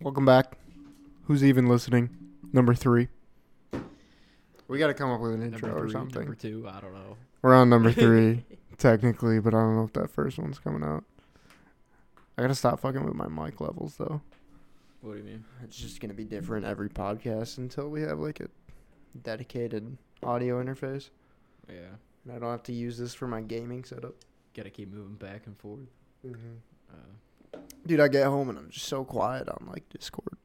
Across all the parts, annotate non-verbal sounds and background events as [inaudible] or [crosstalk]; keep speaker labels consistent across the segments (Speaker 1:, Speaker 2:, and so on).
Speaker 1: Welcome back. Who's even listening? Number three. We got to come up with an intro
Speaker 2: number
Speaker 1: or
Speaker 2: three,
Speaker 1: something.
Speaker 2: Number two, I don't know.
Speaker 1: We're on number [laughs] three, technically, but I don't know if that first one's coming out. I got to stop fucking with my mic levels, though.
Speaker 2: What do you mean?
Speaker 1: It's just going to be different every podcast until we have like a dedicated audio interface.
Speaker 2: Yeah,
Speaker 1: And I don't have to use this for my gaming setup.
Speaker 2: gotta keep moving back and forth.
Speaker 1: Mm-hmm.
Speaker 2: Uh,
Speaker 1: Dude, I get home and I'm just so quiet on like [laughs] Discord.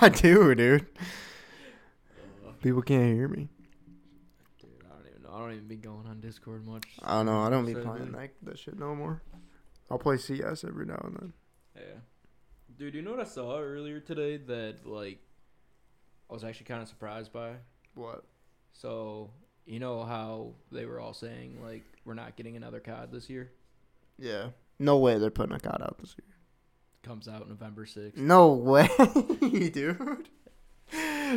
Speaker 1: I do, dude. People can't hear me.
Speaker 2: Uh, dude, I don't even know. I don't even be going on Discord much.
Speaker 1: I don't know. I don't be
Speaker 2: So,
Speaker 1: playing
Speaker 2: dude.
Speaker 1: that, that shit no more. I'll play CS every now and then.
Speaker 2: Yeah, dude, you know what I saw earlier today that like I was actually kind of surprised by.
Speaker 1: What?
Speaker 2: So you know how they were all saying like we're not getting another COD this year.
Speaker 1: Yeah. No way they're putting a COD out this year.
Speaker 2: Comes out November sixth.
Speaker 1: No way, [laughs] dude.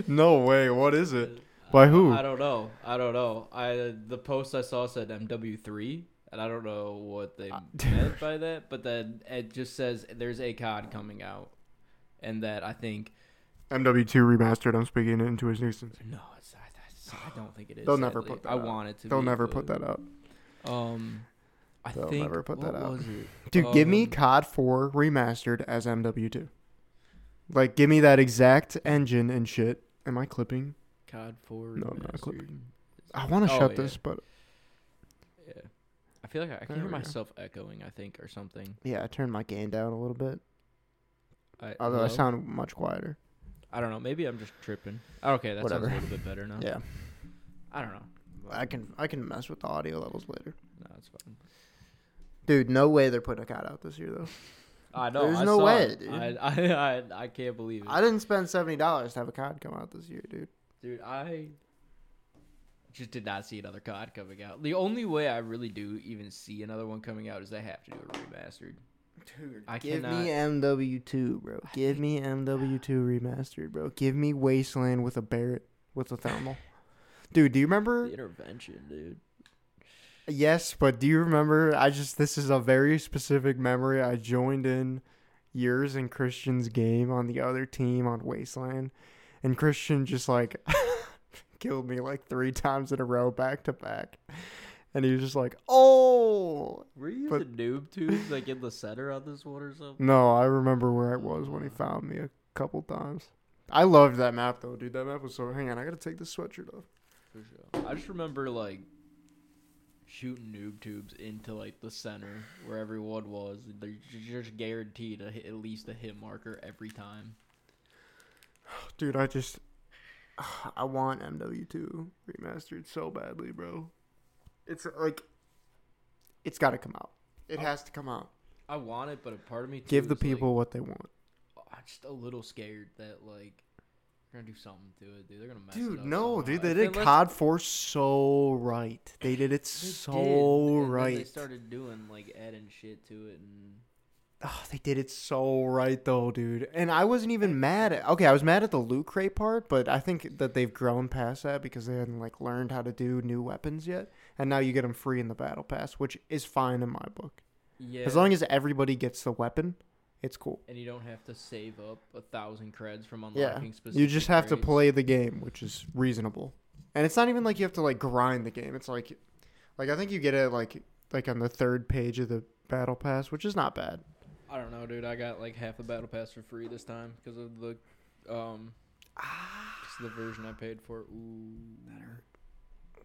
Speaker 1: No way. What is it? By who?
Speaker 2: I don't know. I don't know. I the post I saw said MW three, and I don't know what they
Speaker 1: Uh,
Speaker 2: [laughs] meant by that. But then it just says there's a COD coming out, and that I think
Speaker 1: MW2 remastered. I'm speaking it into existence.
Speaker 2: no, it's, I, that's- I don't think it is.
Speaker 1: They'll never
Speaker 2: sadly.
Speaker 1: put that
Speaker 2: I
Speaker 1: out.
Speaker 2: want it to.
Speaker 1: They'll
Speaker 2: be,
Speaker 1: never put
Speaker 2: but,
Speaker 1: that out.
Speaker 2: Um, I
Speaker 1: They'll
Speaker 2: think,
Speaker 1: never put that
Speaker 2: what
Speaker 1: out.
Speaker 2: was it?
Speaker 1: Dude, give me
Speaker 2: Um,
Speaker 1: COD 4 remastered as MW2. Like, give me that exact engine and shit. Am I clipping?
Speaker 2: COD four.
Speaker 1: No, I'm not
Speaker 2: remastered.
Speaker 1: clipping. I want to
Speaker 2: Oh,
Speaker 1: shut
Speaker 2: yeah.
Speaker 1: this, but
Speaker 2: Yeah, I feel like I, I
Speaker 1: There
Speaker 2: can hear
Speaker 1: we go.
Speaker 2: myself echoing. I think or something.
Speaker 1: yeah, I turned my gain down a little bit.
Speaker 2: I,
Speaker 1: Although I
Speaker 2: hello?
Speaker 1: sound much quieter.
Speaker 2: I don't know. Maybe I'm just tripping. Okay, that
Speaker 1: Whatever.
Speaker 2: sounds a little bit better now.
Speaker 1: [laughs] Yeah,
Speaker 2: I don't know.
Speaker 1: I can I can mess with the audio levels later.
Speaker 2: No, it's fine.
Speaker 1: Dude, no way they're putting a COD out this year though.
Speaker 2: I know.
Speaker 1: There's
Speaker 2: I
Speaker 1: no
Speaker 2: saw
Speaker 1: way,
Speaker 2: it.
Speaker 1: dude.
Speaker 2: I, [laughs] I, I, I can't believe it,
Speaker 1: I didn't spend seventy dollars to have a COD come out this year, dude.
Speaker 2: dude. I just did not see another COD coming out. The only way I really do even see another one coming out is they have to do a remastered.
Speaker 1: Dude,
Speaker 2: I
Speaker 1: give
Speaker 2: cannot-
Speaker 1: me MW2, bro. Give me MW2 remastered, bro. Give me Wasteland with a Barrett with a
Speaker 2: [sighs]
Speaker 1: thermal. Dude, do you remember?
Speaker 2: intervention, dude.
Speaker 1: Yes, but do you remember? I just this is a very specific memory. I joined in yours and Christian's game on the other team on Wasteland, and Christian just like [laughs] killed me like three times in a row back to back, and he was just like, "Oh
Speaker 2: Were you
Speaker 1: But-
Speaker 2: the noob too? Like in the center on this one or something?
Speaker 1: no!" I remember where I was when he found me a couple times. I loved that map though, dude. That map was so. Hang on, I gotta take this sweatshirt off.
Speaker 2: For sure. I just remember like shooting noob tubes into like the center where everyone was. They're ju- just guaranteed to hit at least a hit marker every time.
Speaker 1: Dude, I just [sighs] I want MW2 remastered so badly, bro. It's like it's got to come out. It has to come out.
Speaker 2: I want it, but a part of me too
Speaker 1: Give the
Speaker 2: is, like,
Speaker 1: people what they want.
Speaker 2: I'm just a little scared that like they're gonna do something to it, dude. They're gonna mess it
Speaker 1: Dude,
Speaker 2: up
Speaker 1: no,
Speaker 2: somehow.
Speaker 1: dude, they
Speaker 2: If
Speaker 1: did
Speaker 2: unless-
Speaker 1: COD 4 so right. They did it
Speaker 2: They did,
Speaker 1: so
Speaker 2: and then They
Speaker 1: right.
Speaker 2: started doing like adding shit to it, and
Speaker 1: Oh, they did it so right though, dude. And I wasn't even mad at Okay, I was mad at the loot crate part, but I think that they've grown past that because they hadn't like learned how to do new weapons yet. And now you get them free in the battle pass, which is fine in my book.
Speaker 2: yeah,
Speaker 1: As long as everybody gets the weapon, it's cool.
Speaker 2: and you don't have to save up a thousand creds from
Speaker 1: Yeah.
Speaker 2: unlocking specific.
Speaker 1: You just have to
Speaker 2: traits.
Speaker 1: play the game, which is reasonable. And it's not even like you have to like grind the game. It's like like I think you get it like like on the third page of the battle pass, which is not bad.
Speaker 2: I don't know, dude. I got like half the battle pass for free this time because of the um,
Speaker 1: Ah.
Speaker 2: 'cause of the version I paid for. Ooh, that hurt.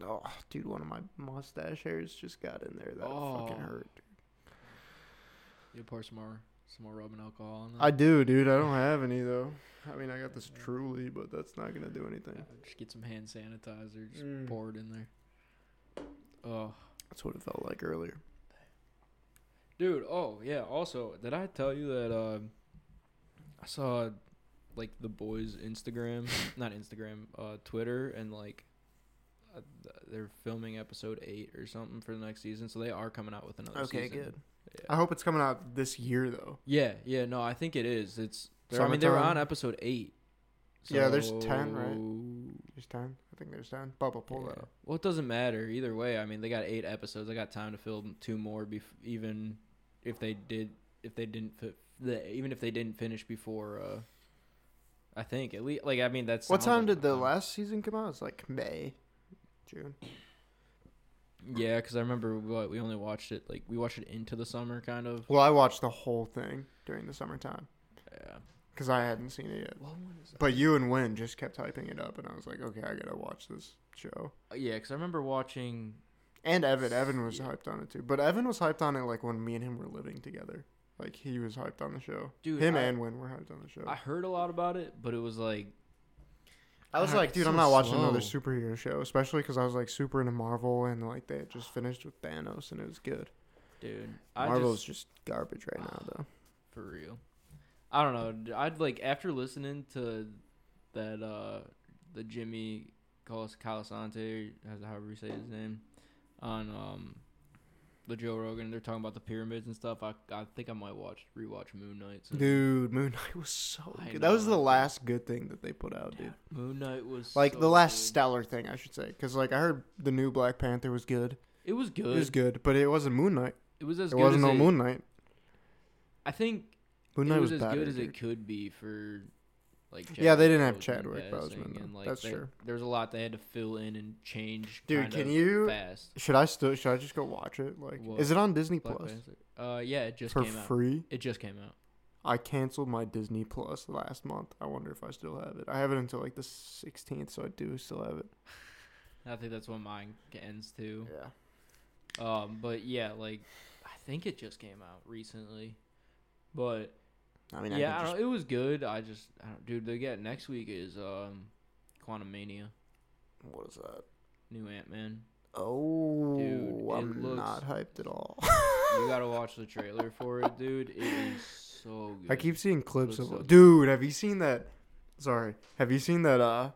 Speaker 1: Oh, dude, one of my mustache hairs just got in there. That fucking
Speaker 2: Oh.
Speaker 1: hurt.
Speaker 2: You pour some more, some more rubbing alcohol on that.
Speaker 1: I do, dude. I don't have any though. I mean, I got this truly, but that's not gonna do anything.
Speaker 2: just get some hand sanitizer, just
Speaker 1: Mm.
Speaker 2: pour it in there. Oh.
Speaker 1: That's what it felt like earlier.
Speaker 2: Dude, oh yeah. Also, did I tell you that uh, I saw like the
Speaker 1: [laughs]
Speaker 2: boys' Instagram, not Instagram, uh, Twitter, and like uh, th- they're filming episode eight or something for the next season, so they are coming out with another.
Speaker 1: Okay,
Speaker 2: season.
Speaker 1: good.
Speaker 2: Yeah.
Speaker 1: I hope it's coming out this year though.
Speaker 2: Yeah, yeah. No, I think it is. It's. they're- I mean, they were
Speaker 1: Summertime.
Speaker 2: on episode eight.
Speaker 1: Yeah, there's 10, right?
Speaker 2: so-
Speaker 1: There's time. I think there's time. Bubba, pull that
Speaker 2: Yeah.
Speaker 1: up.
Speaker 2: Well, it doesn't matter either way. I mean, they got eight episodes. I got time to film two more, bef- even if they did if they didn't fit, the, even if they didn't finish before. Uh, I think at least like I mean that's
Speaker 1: What time did the last season come out? It's like May, June.
Speaker 2: Yeah, because I remember what we only watched it like we watched it into the summer kind of.
Speaker 1: Well, I watched the whole thing during the summertime
Speaker 2: Yeah.
Speaker 1: because I hadn't seen it yet.
Speaker 2: Well, what is that?
Speaker 1: But you and Win just kept hyping it up, and I was like, okay, I gotta watch this show.
Speaker 2: Uh, yeah, because I remember watching.
Speaker 1: And Evan, Evan was
Speaker 2: Yeah.
Speaker 1: hyped on it too. But Evan was hyped on it like when me and him were living together. Like he was hyped on the show.
Speaker 2: Dude,
Speaker 1: him
Speaker 2: I-
Speaker 1: and Win were hyped on the show.
Speaker 2: I
Speaker 1: I,
Speaker 2: heard a lot about it, but it was like
Speaker 1: was
Speaker 2: Ah,
Speaker 1: like,
Speaker 2: it's
Speaker 1: dude, I'm
Speaker 2: so
Speaker 1: not watching another
Speaker 2: slow.
Speaker 1: superhero show, especially because I was like super into Marvel and like they had just finished with Thanos and it was good.
Speaker 2: dude, I
Speaker 1: Marvel's just,
Speaker 2: just
Speaker 1: garbage right now though.
Speaker 2: for real. I don't know. d- I'd like after listening to that uh the Jimmy Calas Calasante, as- however you say his name, on um the Joe Rogan, they're talking about the pyramids and stuff. I I think I might watch rewatch Moon Knight. soon.
Speaker 1: Dude, Moon Knight was so
Speaker 2: I
Speaker 1: good. That was
Speaker 2: know.
Speaker 1: the last good thing that they put out, dude.
Speaker 2: Moon Knight was
Speaker 1: Like
Speaker 2: so
Speaker 1: the last
Speaker 2: good.
Speaker 1: stellar thing, I should say, because like I heard the new Black Panther was good.
Speaker 2: It was good.
Speaker 1: It was good, but it wasn't Moon Knight.
Speaker 2: as
Speaker 1: It
Speaker 2: good
Speaker 1: wasn't
Speaker 2: as
Speaker 1: no
Speaker 2: it,
Speaker 1: Moon Knight.
Speaker 2: I think
Speaker 1: Moon
Speaker 2: it
Speaker 1: Knight
Speaker 2: was,
Speaker 1: was,
Speaker 2: as
Speaker 1: better.
Speaker 2: good as
Speaker 1: dude.
Speaker 2: it could be for like
Speaker 1: Yeah, they didn't have Chadwick
Speaker 2: passing,
Speaker 1: Boseman, though.
Speaker 2: and, like,
Speaker 1: That's
Speaker 2: they-
Speaker 1: true.
Speaker 2: There was a lot they had to fill in and change.
Speaker 1: Dude,
Speaker 2: kinda
Speaker 1: can you-
Speaker 2: fast?
Speaker 1: Should I still? Should I just go watch it? Like,
Speaker 2: What?
Speaker 1: is it on Disney
Speaker 2: Black
Speaker 1: Plus
Speaker 2: Panther. Uh, yeah, it just
Speaker 1: for
Speaker 2: came out.
Speaker 1: free?
Speaker 2: It just came out.
Speaker 1: I canceled my Disney Plus last month. I wonder if I still have it. I have it until like the 16th, so I do still have it.
Speaker 2: I think that's when mine ends too.
Speaker 1: Yeah.
Speaker 2: Um, but yeah, like I think it just came out recently. But
Speaker 1: I mean,
Speaker 2: yeah,
Speaker 1: I
Speaker 2: I
Speaker 1: could just,
Speaker 2: don't, it was good. I just, I don't, dude, they get next week is um, Quantum Mania,
Speaker 1: what is that?
Speaker 2: new Ant Man.
Speaker 1: Oh,
Speaker 2: Dude, it
Speaker 1: I'm
Speaker 2: looks-
Speaker 1: not hyped at all.
Speaker 2: You gotta watch the trailer for it, dude. It is so good.
Speaker 1: I keep seeing clips
Speaker 2: Looks
Speaker 1: of.
Speaker 2: so good.
Speaker 1: Dude, have you seen that? Sorry, have you seen that? Uh,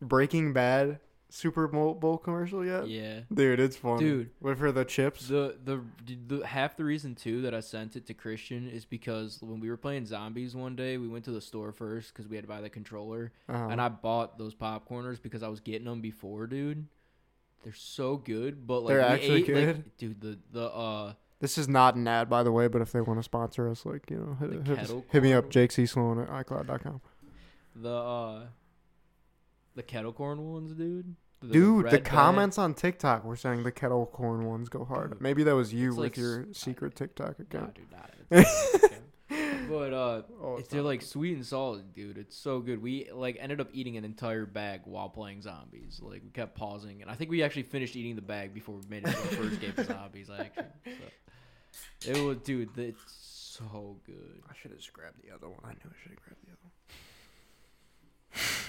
Speaker 1: Breaking Bad Super Bowl Bowl commercial yet?
Speaker 2: yeah.
Speaker 1: Dude, it's funny.
Speaker 2: Dude.
Speaker 1: wait for the chips.
Speaker 2: The, the the half the reason too that I sent it to Christian is because when we were playing zombies one day, we went to the store first because we had to buy the controller,
Speaker 1: Uh-huh.
Speaker 2: and I bought those popcorners because I was getting them before, dude. They're so good, but like
Speaker 1: They're
Speaker 2: we
Speaker 1: actually
Speaker 2: ate, like-
Speaker 1: good?
Speaker 2: [laughs] dude. The the uh
Speaker 1: This is not an ad, by the way, but if they want to sponsor us, like, you know, hit,
Speaker 2: The
Speaker 1: hit us-
Speaker 2: kettle
Speaker 1: hit me up,
Speaker 2: corn?
Speaker 1: Jake C. Sloan at iCloud.com.
Speaker 2: the uh the kettle corn ones, dude. The
Speaker 1: Dude,
Speaker 2: red
Speaker 1: the
Speaker 2: bag.
Speaker 1: comments on TikTok were saying the kettle corn ones go hard.
Speaker 2: Dude,
Speaker 1: Maybe that was you
Speaker 2: it's
Speaker 1: with
Speaker 2: like
Speaker 1: your
Speaker 2: s-
Speaker 1: secret TikTok
Speaker 2: Nah,
Speaker 1: account.
Speaker 2: dude,
Speaker 1: [laughs]
Speaker 2: nah, it's- but uh,
Speaker 1: Oh,
Speaker 2: If
Speaker 1: it's
Speaker 2: they're
Speaker 1: not.
Speaker 2: like sweet and salty, dude. It's so good. We like ended up eating an entire bag while playing zombies. Like we kept pausing, and I think we actually finished eating the bag before we made it to the first game
Speaker 1: [laughs]
Speaker 2: of zombies. Actually, so. it was, dude. It's so good.
Speaker 1: I should have just grabbed the other one. I knew I should have grabbed the other one. [laughs]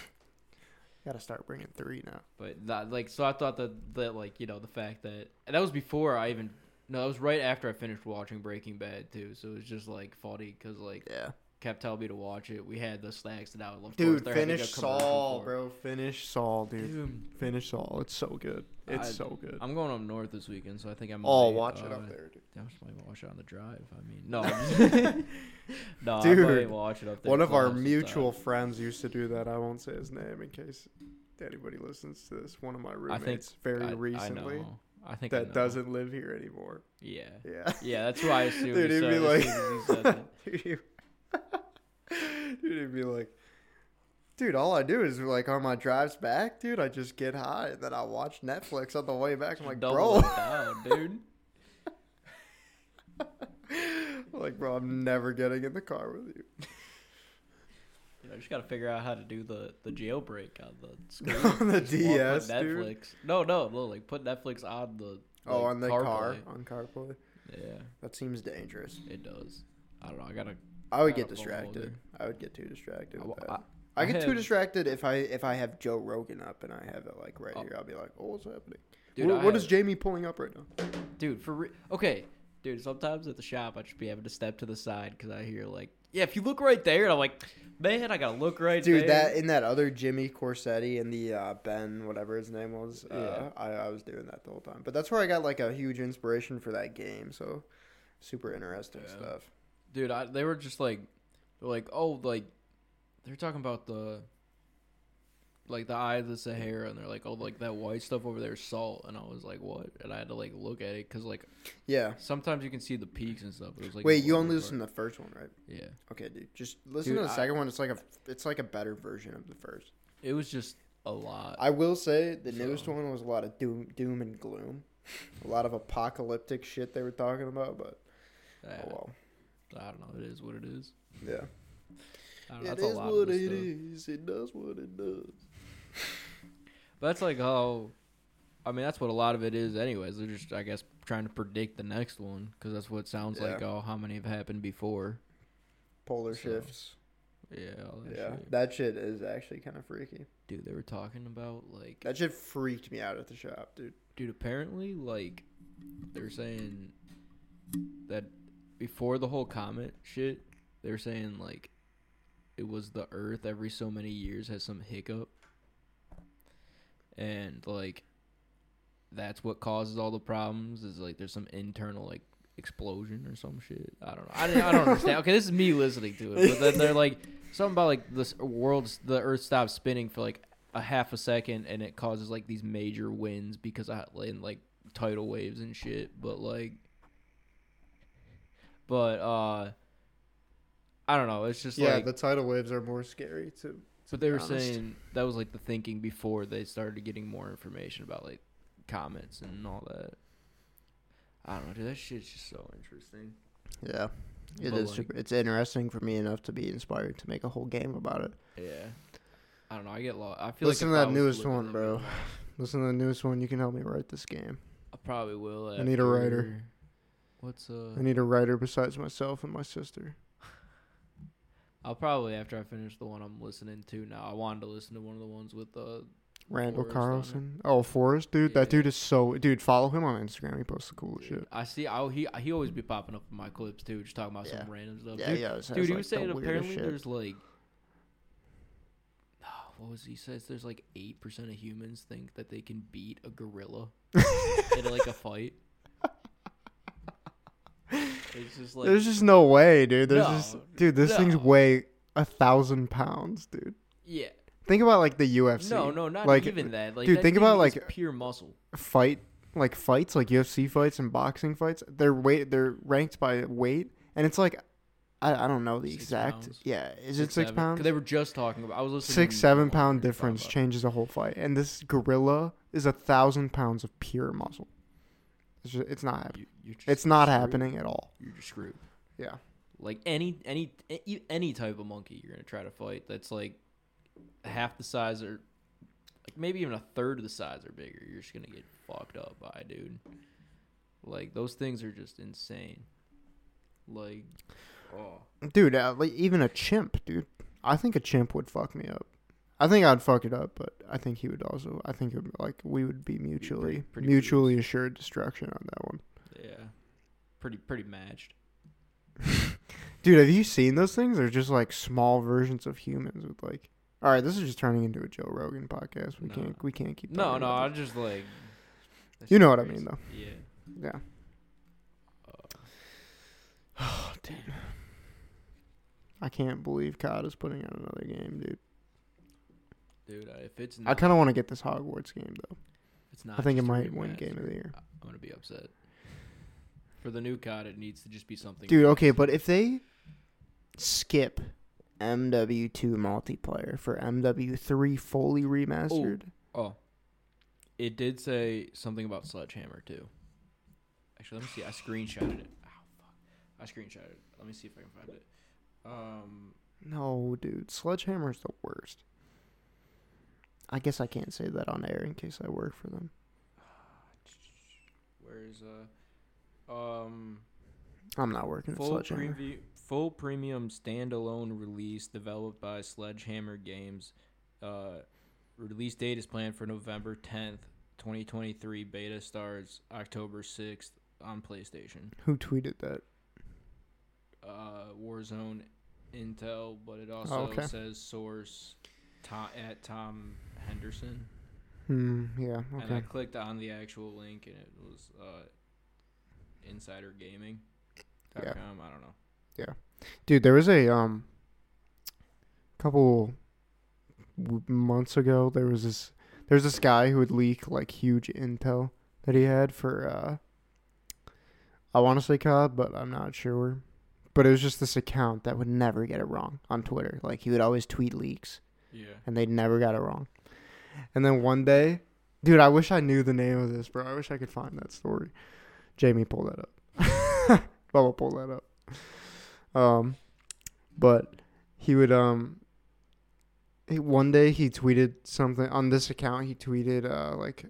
Speaker 1: Gotta start bringing three now.
Speaker 2: But that, like, so I thought that that like you know the fact that and that was before I even no, that was right after I finished watching Breaking Bad too. So it was just like funny because like
Speaker 1: Yeah.
Speaker 2: kept telling me to watch it. We had the snacks that I would love.
Speaker 1: Dude, finish Saul, bro. Finish Saul, dude.
Speaker 2: Dude,
Speaker 1: Finish Saul. It's so good. It's
Speaker 2: I-
Speaker 1: so good.
Speaker 2: I'm uh, going up north this weekend, so I think I'm.
Speaker 1: oh, watch it up there, dude.
Speaker 2: I just might watch it on the drive. I mean,
Speaker 1: [laughs]
Speaker 2: no, [laughs] I'm- no,
Speaker 1: Dude,
Speaker 2: I might watch it up there.
Speaker 1: One of
Speaker 2: so
Speaker 1: our
Speaker 2: that's just, uh,
Speaker 1: mutual friends used to do that. I won't say his name in case anybody listens to this. One of my
Speaker 2: I think
Speaker 1: roommates very
Speaker 2: I- I,
Speaker 1: recently
Speaker 2: know. I think I
Speaker 1: that
Speaker 2: know.
Speaker 1: doesn't live here anymore.
Speaker 2: Yeah,
Speaker 1: Yeah.
Speaker 2: yeah,
Speaker 1: [laughs]
Speaker 2: that's who I assumed.
Speaker 1: Dude,
Speaker 2: he
Speaker 1: he'd
Speaker 2: said,
Speaker 1: be
Speaker 2: as
Speaker 1: like,
Speaker 2: soon as he said that.
Speaker 1: dude, he- dude, he'd be like, dude, all I do is like on my drives back, dude, I just get high and then I watch Netflix on the way back. I'm [laughs] like,
Speaker 2: Double
Speaker 1: bro,
Speaker 2: it down, dude.
Speaker 1: like, bro, [laughs] I'm never getting in the car with you.
Speaker 2: Dude, I just gotta figure out how to do the the jailbreak on
Speaker 1: [laughs]
Speaker 2: the screen.
Speaker 1: On the
Speaker 2: Just wa-
Speaker 1: DS,
Speaker 2: put
Speaker 1: dude.
Speaker 2: Netflix. No, no, no, like put Netflix on the.
Speaker 1: oh,
Speaker 2: like,
Speaker 1: on the car,
Speaker 2: CarPlay.
Speaker 1: on CarPlay.
Speaker 2: Yeah,
Speaker 1: That seems dangerous.
Speaker 2: it does. I don't know. I gotta
Speaker 1: I would
Speaker 2: Got a
Speaker 1: get
Speaker 2: phone
Speaker 1: distracted.
Speaker 2: holder.
Speaker 1: I would get too distracted.
Speaker 2: I-
Speaker 1: with that.
Speaker 2: I-
Speaker 1: I,
Speaker 2: I
Speaker 1: get too
Speaker 2: have-
Speaker 1: distracted if I if I have Joe Rogan up and I have it like right
Speaker 2: Oh.
Speaker 1: here. I'll be like, oh, what's happening?
Speaker 2: Dude,
Speaker 1: What-
Speaker 2: I
Speaker 1: what is
Speaker 2: have-
Speaker 1: Jamie pulling up right now?
Speaker 2: dude for re- okay dude sometimes at the shop i just be having to step to the side because i hear like yeah if you look right there and i'm like man i gotta look right
Speaker 1: Dude,
Speaker 2: there
Speaker 1: that in that other Jimmy Corsetti and the uh, Ben, whatever his name was, uh, I, I was doing that the whole time. But that's where I got like a huge inspiration for that game. So super interesting
Speaker 2: Yeah.
Speaker 1: stuff.
Speaker 2: dude I, they were just like they're like oh like they're talking about the like the eye of the Sahara, and they're like, oh, like that white stuff over there is salt, and I was like, what? And I had to like look at it because like
Speaker 1: Yeah.
Speaker 2: sometimes you can see the peaks and stuff. It was like
Speaker 1: Wait, you
Speaker 2: nowhere
Speaker 1: only
Speaker 2: near
Speaker 1: listen to the first one, right?
Speaker 2: it. Yeah,
Speaker 1: Okay, dude. Just listen
Speaker 2: Dude,
Speaker 1: to the
Speaker 2: I-
Speaker 1: second one. It's like a it's like a better version of the first.
Speaker 2: it was just a lot.
Speaker 1: I will say the newest
Speaker 2: So-
Speaker 1: one was a lot of doom doom and gloom. A lot of apocalyptic shit they were talking about, but
Speaker 2: I,
Speaker 1: oh well.
Speaker 2: I don't know. It is what it is.
Speaker 1: Yeah.
Speaker 2: I don't know,
Speaker 1: It
Speaker 2: that's
Speaker 1: is
Speaker 2: a lot of
Speaker 1: what
Speaker 2: this
Speaker 1: it
Speaker 2: stuff.
Speaker 1: is. It does what it does.
Speaker 2: But that's like how, I mean, that's what a lot of it is, anyways. They're just, I guess, trying to predict the next one because that's what it sounds like.
Speaker 1: Yeah.
Speaker 2: Oh, how many have happened before?
Speaker 1: Polar
Speaker 2: So,
Speaker 1: shifts.
Speaker 2: Yeah, all that
Speaker 1: Yeah.
Speaker 2: shit.
Speaker 1: That shit is actually kind of freaky.
Speaker 2: dude. They were talking about like,
Speaker 1: That shit freaked me out at the shop, dude.
Speaker 2: dude. Apparently, like, they're saying that before the whole comet shit, they're saying like, it was the Earth every so many years has some hiccup, and like, that's what causes all the problems. Is like there's some internal like explosion or some shit. I don't know. I, didn't- I don't understand. Okay, this is me listening to it, but then they're like something about like this world's the Earth stops spinning for like a half a second, and it causes like these major winds because I and like tidal waves and shit. But like, but uh, I don't know. It's just
Speaker 1: yeah,
Speaker 2: like
Speaker 1: the tidal waves are more scary too.
Speaker 2: but they were
Speaker 1: honest.
Speaker 2: saying that was like the thinking before they started getting more information about like comets and all that. I don't know, dude. That shit's just so interesting.
Speaker 1: Yeah. it is.
Speaker 2: But, like,
Speaker 1: super, it's interesting for me enough to be inspired to make a whole game about it.
Speaker 2: Yeah. I don't know. I get lost. I feel
Speaker 1: Listen to
Speaker 2: like if I
Speaker 1: that
Speaker 2: was
Speaker 1: newest
Speaker 2: living,
Speaker 1: one,
Speaker 2: I'd be
Speaker 1: bro.
Speaker 2: lost.
Speaker 1: Listen to the newest one. You can help me write this game.
Speaker 2: I probably will.
Speaker 1: I need a writer.
Speaker 2: after- What's uh?
Speaker 1: I need a writer besides myself and my sister.
Speaker 2: I'll probably after I finish the one I'm listening to now. I wanted to listen to one of the ones with uh.
Speaker 1: Randall
Speaker 2: Forrest on it.
Speaker 1: Carlson. Oh, Forrest, dude. That
Speaker 2: Yeah.
Speaker 1: dude is so. Dude, follow him on Instagram. He posts the coolest shit.
Speaker 2: I see. I he he always be popping up in my clips too, just talking about
Speaker 1: Yeah.
Speaker 2: some random stuff.
Speaker 1: Yeah,
Speaker 2: Dude,
Speaker 1: yeah.
Speaker 2: Dude, he was saying apparently there's like, [sighs] what was he says? There's like eight percent of humans think that they can beat
Speaker 1: [laughs]
Speaker 2: a gorilla in like a fight. It's just like
Speaker 1: There's just no way, dude. There's
Speaker 2: No,
Speaker 1: just dude. This thing's
Speaker 2: no.
Speaker 1: weigh a thousand pounds, dude.
Speaker 2: yeah,
Speaker 1: Think about like the UFC.
Speaker 2: no, no, not
Speaker 1: like,
Speaker 2: even that. Like,
Speaker 1: dude,
Speaker 2: that
Speaker 1: think
Speaker 2: thing
Speaker 1: about,
Speaker 2: is
Speaker 1: like-
Speaker 2: pure muscle.
Speaker 1: Fight like fights, like UFC fights and boxing fights. They're weight. They're ranked by weight, and it's like, I, I don't know the
Speaker 2: Six
Speaker 1: exact.
Speaker 2: pounds.
Speaker 1: Yeah, is it six
Speaker 2: seven- 'cause
Speaker 1: pounds?
Speaker 2: They were just talking about. I was listening.
Speaker 1: Six
Speaker 2: to
Speaker 1: seven
Speaker 2: Walter
Speaker 1: pound
Speaker 2: talk
Speaker 1: difference
Speaker 2: about-
Speaker 1: changes a whole fight, and this gorilla is a thousand pounds of pure muscle. It's, just, it's not happening.
Speaker 2: You, you're just
Speaker 1: It's not
Speaker 2: screwed.
Speaker 1: happening at all.
Speaker 2: You're just screwed.
Speaker 1: Yeah.
Speaker 2: like any any e- any type of monkey you're gonna try to fight that's like half the size or like maybe even a third of the size or bigger you're just gonna get fucked up by dude like those things are just insane like oh
Speaker 1: dude. Uh, like even a chimp, dude. I think a chimp would fuck me up. I think I'd fuck it up, but I think he would also. I think it would, like we would be mutually
Speaker 2: pretty
Speaker 1: mutually assured destruction on that one.
Speaker 2: yeah pretty pretty matched
Speaker 1: Dude, have you seen those things? They're just like small versions of humans with like. All right, this is just turning into a Joe Rogan podcast. We
Speaker 2: No.
Speaker 1: can't we can't keep.
Speaker 2: no
Speaker 1: talking
Speaker 2: no
Speaker 1: about
Speaker 2: i
Speaker 1: this.
Speaker 2: just like
Speaker 1: You know what I mean, though.
Speaker 2: yeah
Speaker 1: Yeah.
Speaker 2: [sighs] oh damn
Speaker 1: I can't believe COD is putting out another game, dude.
Speaker 2: dude I- if it's
Speaker 1: I
Speaker 2: not
Speaker 1: kind of want to get this Hogwarts game though.
Speaker 2: if it's not
Speaker 1: I think it
Speaker 2: just a
Speaker 1: might win
Speaker 2: remaster,
Speaker 1: game of the year.
Speaker 2: I- I'm gonna be upset. For the new COD, it needs to just be something.
Speaker 1: Dude,
Speaker 2: else.
Speaker 1: okay, but if they skip MW2 multiplayer for MW3 fully remastered,
Speaker 2: Oh, it did say something about Sledgehammer too. Actually, let me see. I screenshotted it. Ow, fuck. I screenshotted it. Let me see if I can find it. Um,
Speaker 1: no, dude, Sledgehammer's the worst. I guess I can't say that on air in case I work for them.
Speaker 2: where is uh, um,
Speaker 1: I'm not working at
Speaker 2: full
Speaker 1: Sledgehammer.
Speaker 2: preview, full premium standalone release developed by Sledgehammer Games. Uh, release date is planned for November 10th, 2023. Beta starts October 6th on PlayStation.
Speaker 1: Who tweeted that?
Speaker 2: Uh, Warzone Intel, but it also
Speaker 1: Oh, okay.
Speaker 2: says source Tom, at Tom Henderson.
Speaker 1: Hmm, yeah,
Speaker 2: And I
Speaker 1: okay.
Speaker 2: clicked on the actual link and it was uh, Insider Gaming.
Speaker 1: Yeah.
Speaker 2: com. I don't know.
Speaker 1: Dude, there was a um couple w- months ago, there was this there's this guy who would leak like huge intel that he had for uh I want to say COD, but I'm not sure. But it was just this account that would never get it wrong on Twitter. Like he would always tweet leaks
Speaker 2: Yeah.
Speaker 1: and they never got it wrong. And then one day, dude, I wish I knew the name of this, bro. I wish I could find that story. Jamie, pull that up. [laughs] Bubba, pull that up. Um, but he would um. he- One day he tweeted something on this account. He tweeted uh like,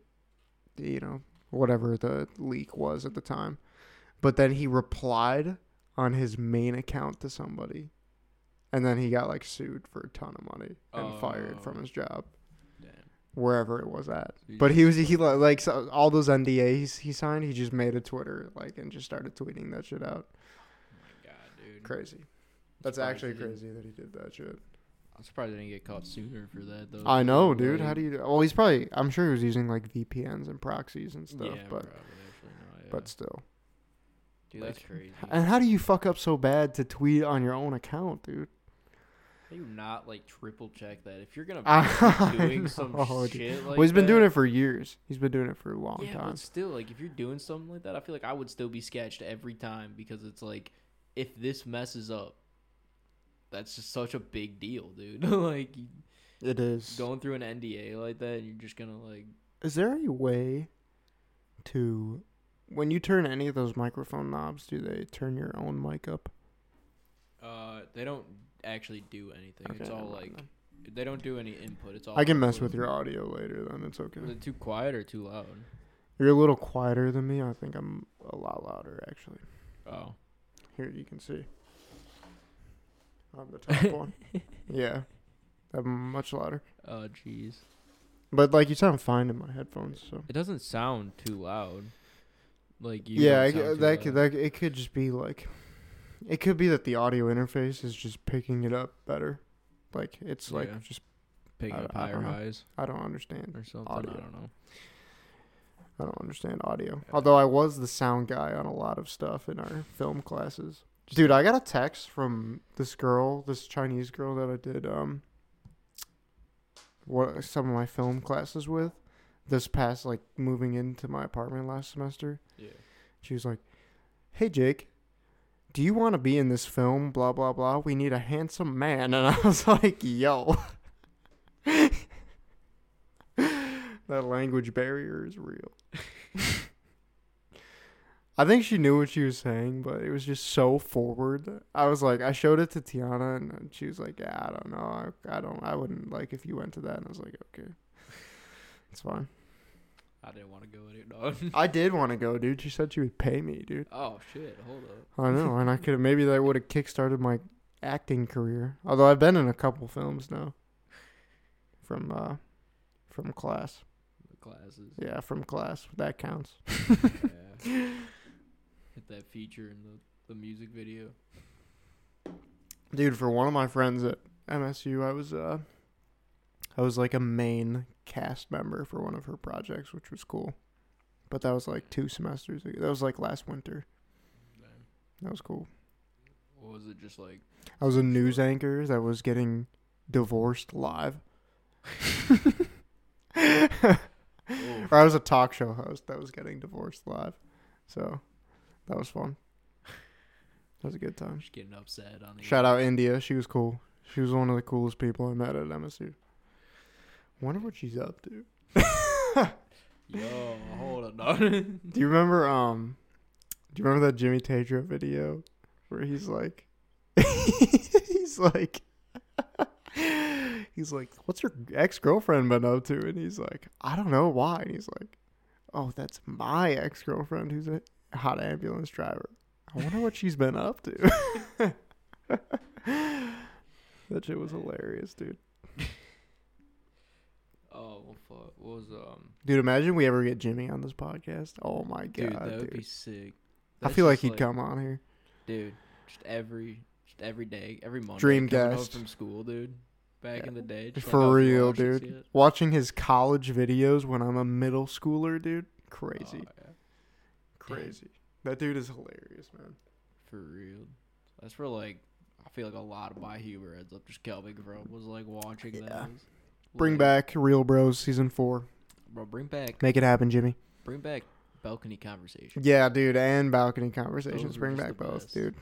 Speaker 1: you know, whatever the leak was at the time, but then he replied on his main account to somebody, and then he got like sued for a ton of money and fired
Speaker 2: Oh.
Speaker 1: from his job
Speaker 2: Damn.
Speaker 1: wherever it was at.
Speaker 2: So you
Speaker 1: But
Speaker 2: just-
Speaker 1: he was he li- like so all those NDAs he signed. He just made a Twitter like and just started tweeting that shit out.
Speaker 2: Oh my god, dude.
Speaker 1: Crazy. Mm. That's
Speaker 2: Surprised
Speaker 1: actually
Speaker 2: he didn't-
Speaker 1: crazy that he did that shit.
Speaker 2: I'm surprised I didn't get caught sooner for that though.
Speaker 1: I know,
Speaker 2: Like,
Speaker 1: dude. How do you? Well, he's probably. I'm sure he was using like VPNs and proxies and stuff.
Speaker 2: yeah,
Speaker 1: but
Speaker 2: probably, actually, no, yeah.
Speaker 1: but still.
Speaker 2: dude, that's
Speaker 1: like, [laughs]
Speaker 2: crazy.
Speaker 1: And how do you fuck up so bad to tweet on your own account, dude?
Speaker 2: How do you not like triple check that if you're gonna
Speaker 1: [laughs] I
Speaker 2: be doing some
Speaker 1: know, dude.
Speaker 2: shit like
Speaker 1: well, he's been doing
Speaker 2: that-
Speaker 1: it for years. He's been doing it for a long
Speaker 2: yeah,
Speaker 1: time.
Speaker 2: but still, like if you're doing something like that, I feel like I would still be sketched every time because it's like if this messes up, that's just such a big deal, [laughs] dude. like you-
Speaker 1: It is.
Speaker 2: going through an NDA like that, and you're just gonna like
Speaker 1: Is there any way to when you turn any of those microphone knobs, do they turn your own mic up?
Speaker 2: uh they don't actually do anything. it's
Speaker 1: Okay,
Speaker 2: all
Speaker 1: never
Speaker 2: like
Speaker 1: mind then.
Speaker 2: they don't do any input. It's all
Speaker 1: I can mess
Speaker 2: output.
Speaker 1: with your audio later then, it's okay.
Speaker 2: Is it too quiet or too loud?
Speaker 1: You're a little quieter than me. I think I'm a lot louder actually.
Speaker 2: Oh,
Speaker 1: Here you can see. On the
Speaker 2: [laughs]
Speaker 1: top one. Yeah. I'm much louder.
Speaker 2: oh, jeez.
Speaker 1: But like you sound fine in my headphones, so
Speaker 2: It doesn't sound too loud. Like you
Speaker 1: yeah,
Speaker 2: don't
Speaker 1: I,
Speaker 2: sound too
Speaker 1: that could,
Speaker 2: loud.
Speaker 1: that it could just be like, it could be that the audio interface is just picking it up better, like it's
Speaker 2: Yeah.
Speaker 1: like just
Speaker 2: picking
Speaker 1: I-
Speaker 2: up
Speaker 1: I
Speaker 2: higher
Speaker 1: don't know.
Speaker 2: highs
Speaker 1: I don't understand,
Speaker 2: or something.
Speaker 1: Audio.
Speaker 2: I don't know.
Speaker 1: I don't understand audio.
Speaker 2: Yeah.
Speaker 1: Although I was the sound guy on a lot of stuff in our film classes, dude. I got a text from this girl, this Chinese girl that I did um, what some of my film classes with, this past like moving into my apartment last semester.
Speaker 2: Yeah.
Speaker 1: She was like, "Hey Jake, do you want to be in this film? Blah blah blah. We need a handsome man." [laughs] And I was like, "Yo, [laughs] that language barrier is real." [laughs] I think she knew what she was saying, but it was just so forward. I was like, I showed it to Tiana, and she was like, "Yeah, I don't know. I, I don't. I wouldn't like if you went to that." And I was like, "Okay, it's fine."
Speaker 2: I didn't want to go in it. [laughs] No.
Speaker 1: I did want to go, dude. She said she would pay me, dude.
Speaker 2: oh shit! Hold up.
Speaker 1: I know, and I could have maybe that would have kickstarted my acting career. Although I've been in a couple films now. From uh, from class,
Speaker 2: The classes.
Speaker 1: yeah, from class. That counts.
Speaker 2: yeah. [laughs] Hit that feature in the, the music video.
Speaker 1: dude for one of my friends at msu i was uh i was like a main cast member for one of her projects which was cool but that was like two semesters ago that was like last winter
Speaker 2: Damn.
Speaker 1: that was cool
Speaker 2: What was it?
Speaker 1: [laughs]
Speaker 2: Just like
Speaker 1: i was a news anchor that was getting divorced live
Speaker 2: oh,
Speaker 1: or i was a talk show host that was getting divorced live so that was fun that was a good time
Speaker 2: just getting upset on the.
Speaker 1: Shout out India. She was cool. She was one of the coolest people I met at MSU. Wonder what she's up to.
Speaker 2: [laughs] Yo, hold up. No.
Speaker 1: Do you remember um do you remember that Jimmy Tatro video where he's like [laughs] he's like [laughs] he's like, What's your ex girlfriend been up to? And he's like, I don't know why and he's like, Oh, that's my ex girlfriend who's a hot ambulance driver. I wonder what she's been up to. [laughs] that shit was hilarious, dude.
Speaker 2: [laughs] oh well, fuck. What was um?
Speaker 1: Dude, imagine we ever get Jimmy on this podcast. Oh my god,
Speaker 2: Dude,
Speaker 1: dude.
Speaker 2: that would be sick.
Speaker 1: I
Speaker 2: That's
Speaker 1: feel like
Speaker 2: just,
Speaker 1: he'd come on here.
Speaker 2: dude. Just every, just every day, every Monday.
Speaker 1: Dream
Speaker 2: coming home
Speaker 1: guest.
Speaker 2: from school, dude. Back
Speaker 1: Yeah.
Speaker 2: in the day, just like, I
Speaker 1: For
Speaker 2: was
Speaker 1: real,
Speaker 2: watching
Speaker 1: dude.
Speaker 2: shit.
Speaker 1: Watching his college videos when I'm a middle schooler, dude. Crazy.
Speaker 2: Oh, yeah.
Speaker 1: Crazy. That dude is hilarious, man.
Speaker 2: For real. That's where like I feel like a lot of my humor ends up just coming from was like watching
Speaker 1: Yeah.
Speaker 2: those.
Speaker 1: Bring
Speaker 2: Like,
Speaker 1: back Real Bros season four.
Speaker 2: bro. Bring back,
Speaker 1: Make it happen, Jimmy.
Speaker 2: bring back balcony conversation.
Speaker 1: Yeah, dude, and balcony
Speaker 2: Those
Speaker 1: conversations.
Speaker 2: were
Speaker 1: Bring
Speaker 2: just
Speaker 1: back
Speaker 2: the
Speaker 1: both,
Speaker 2: best.
Speaker 1: dude.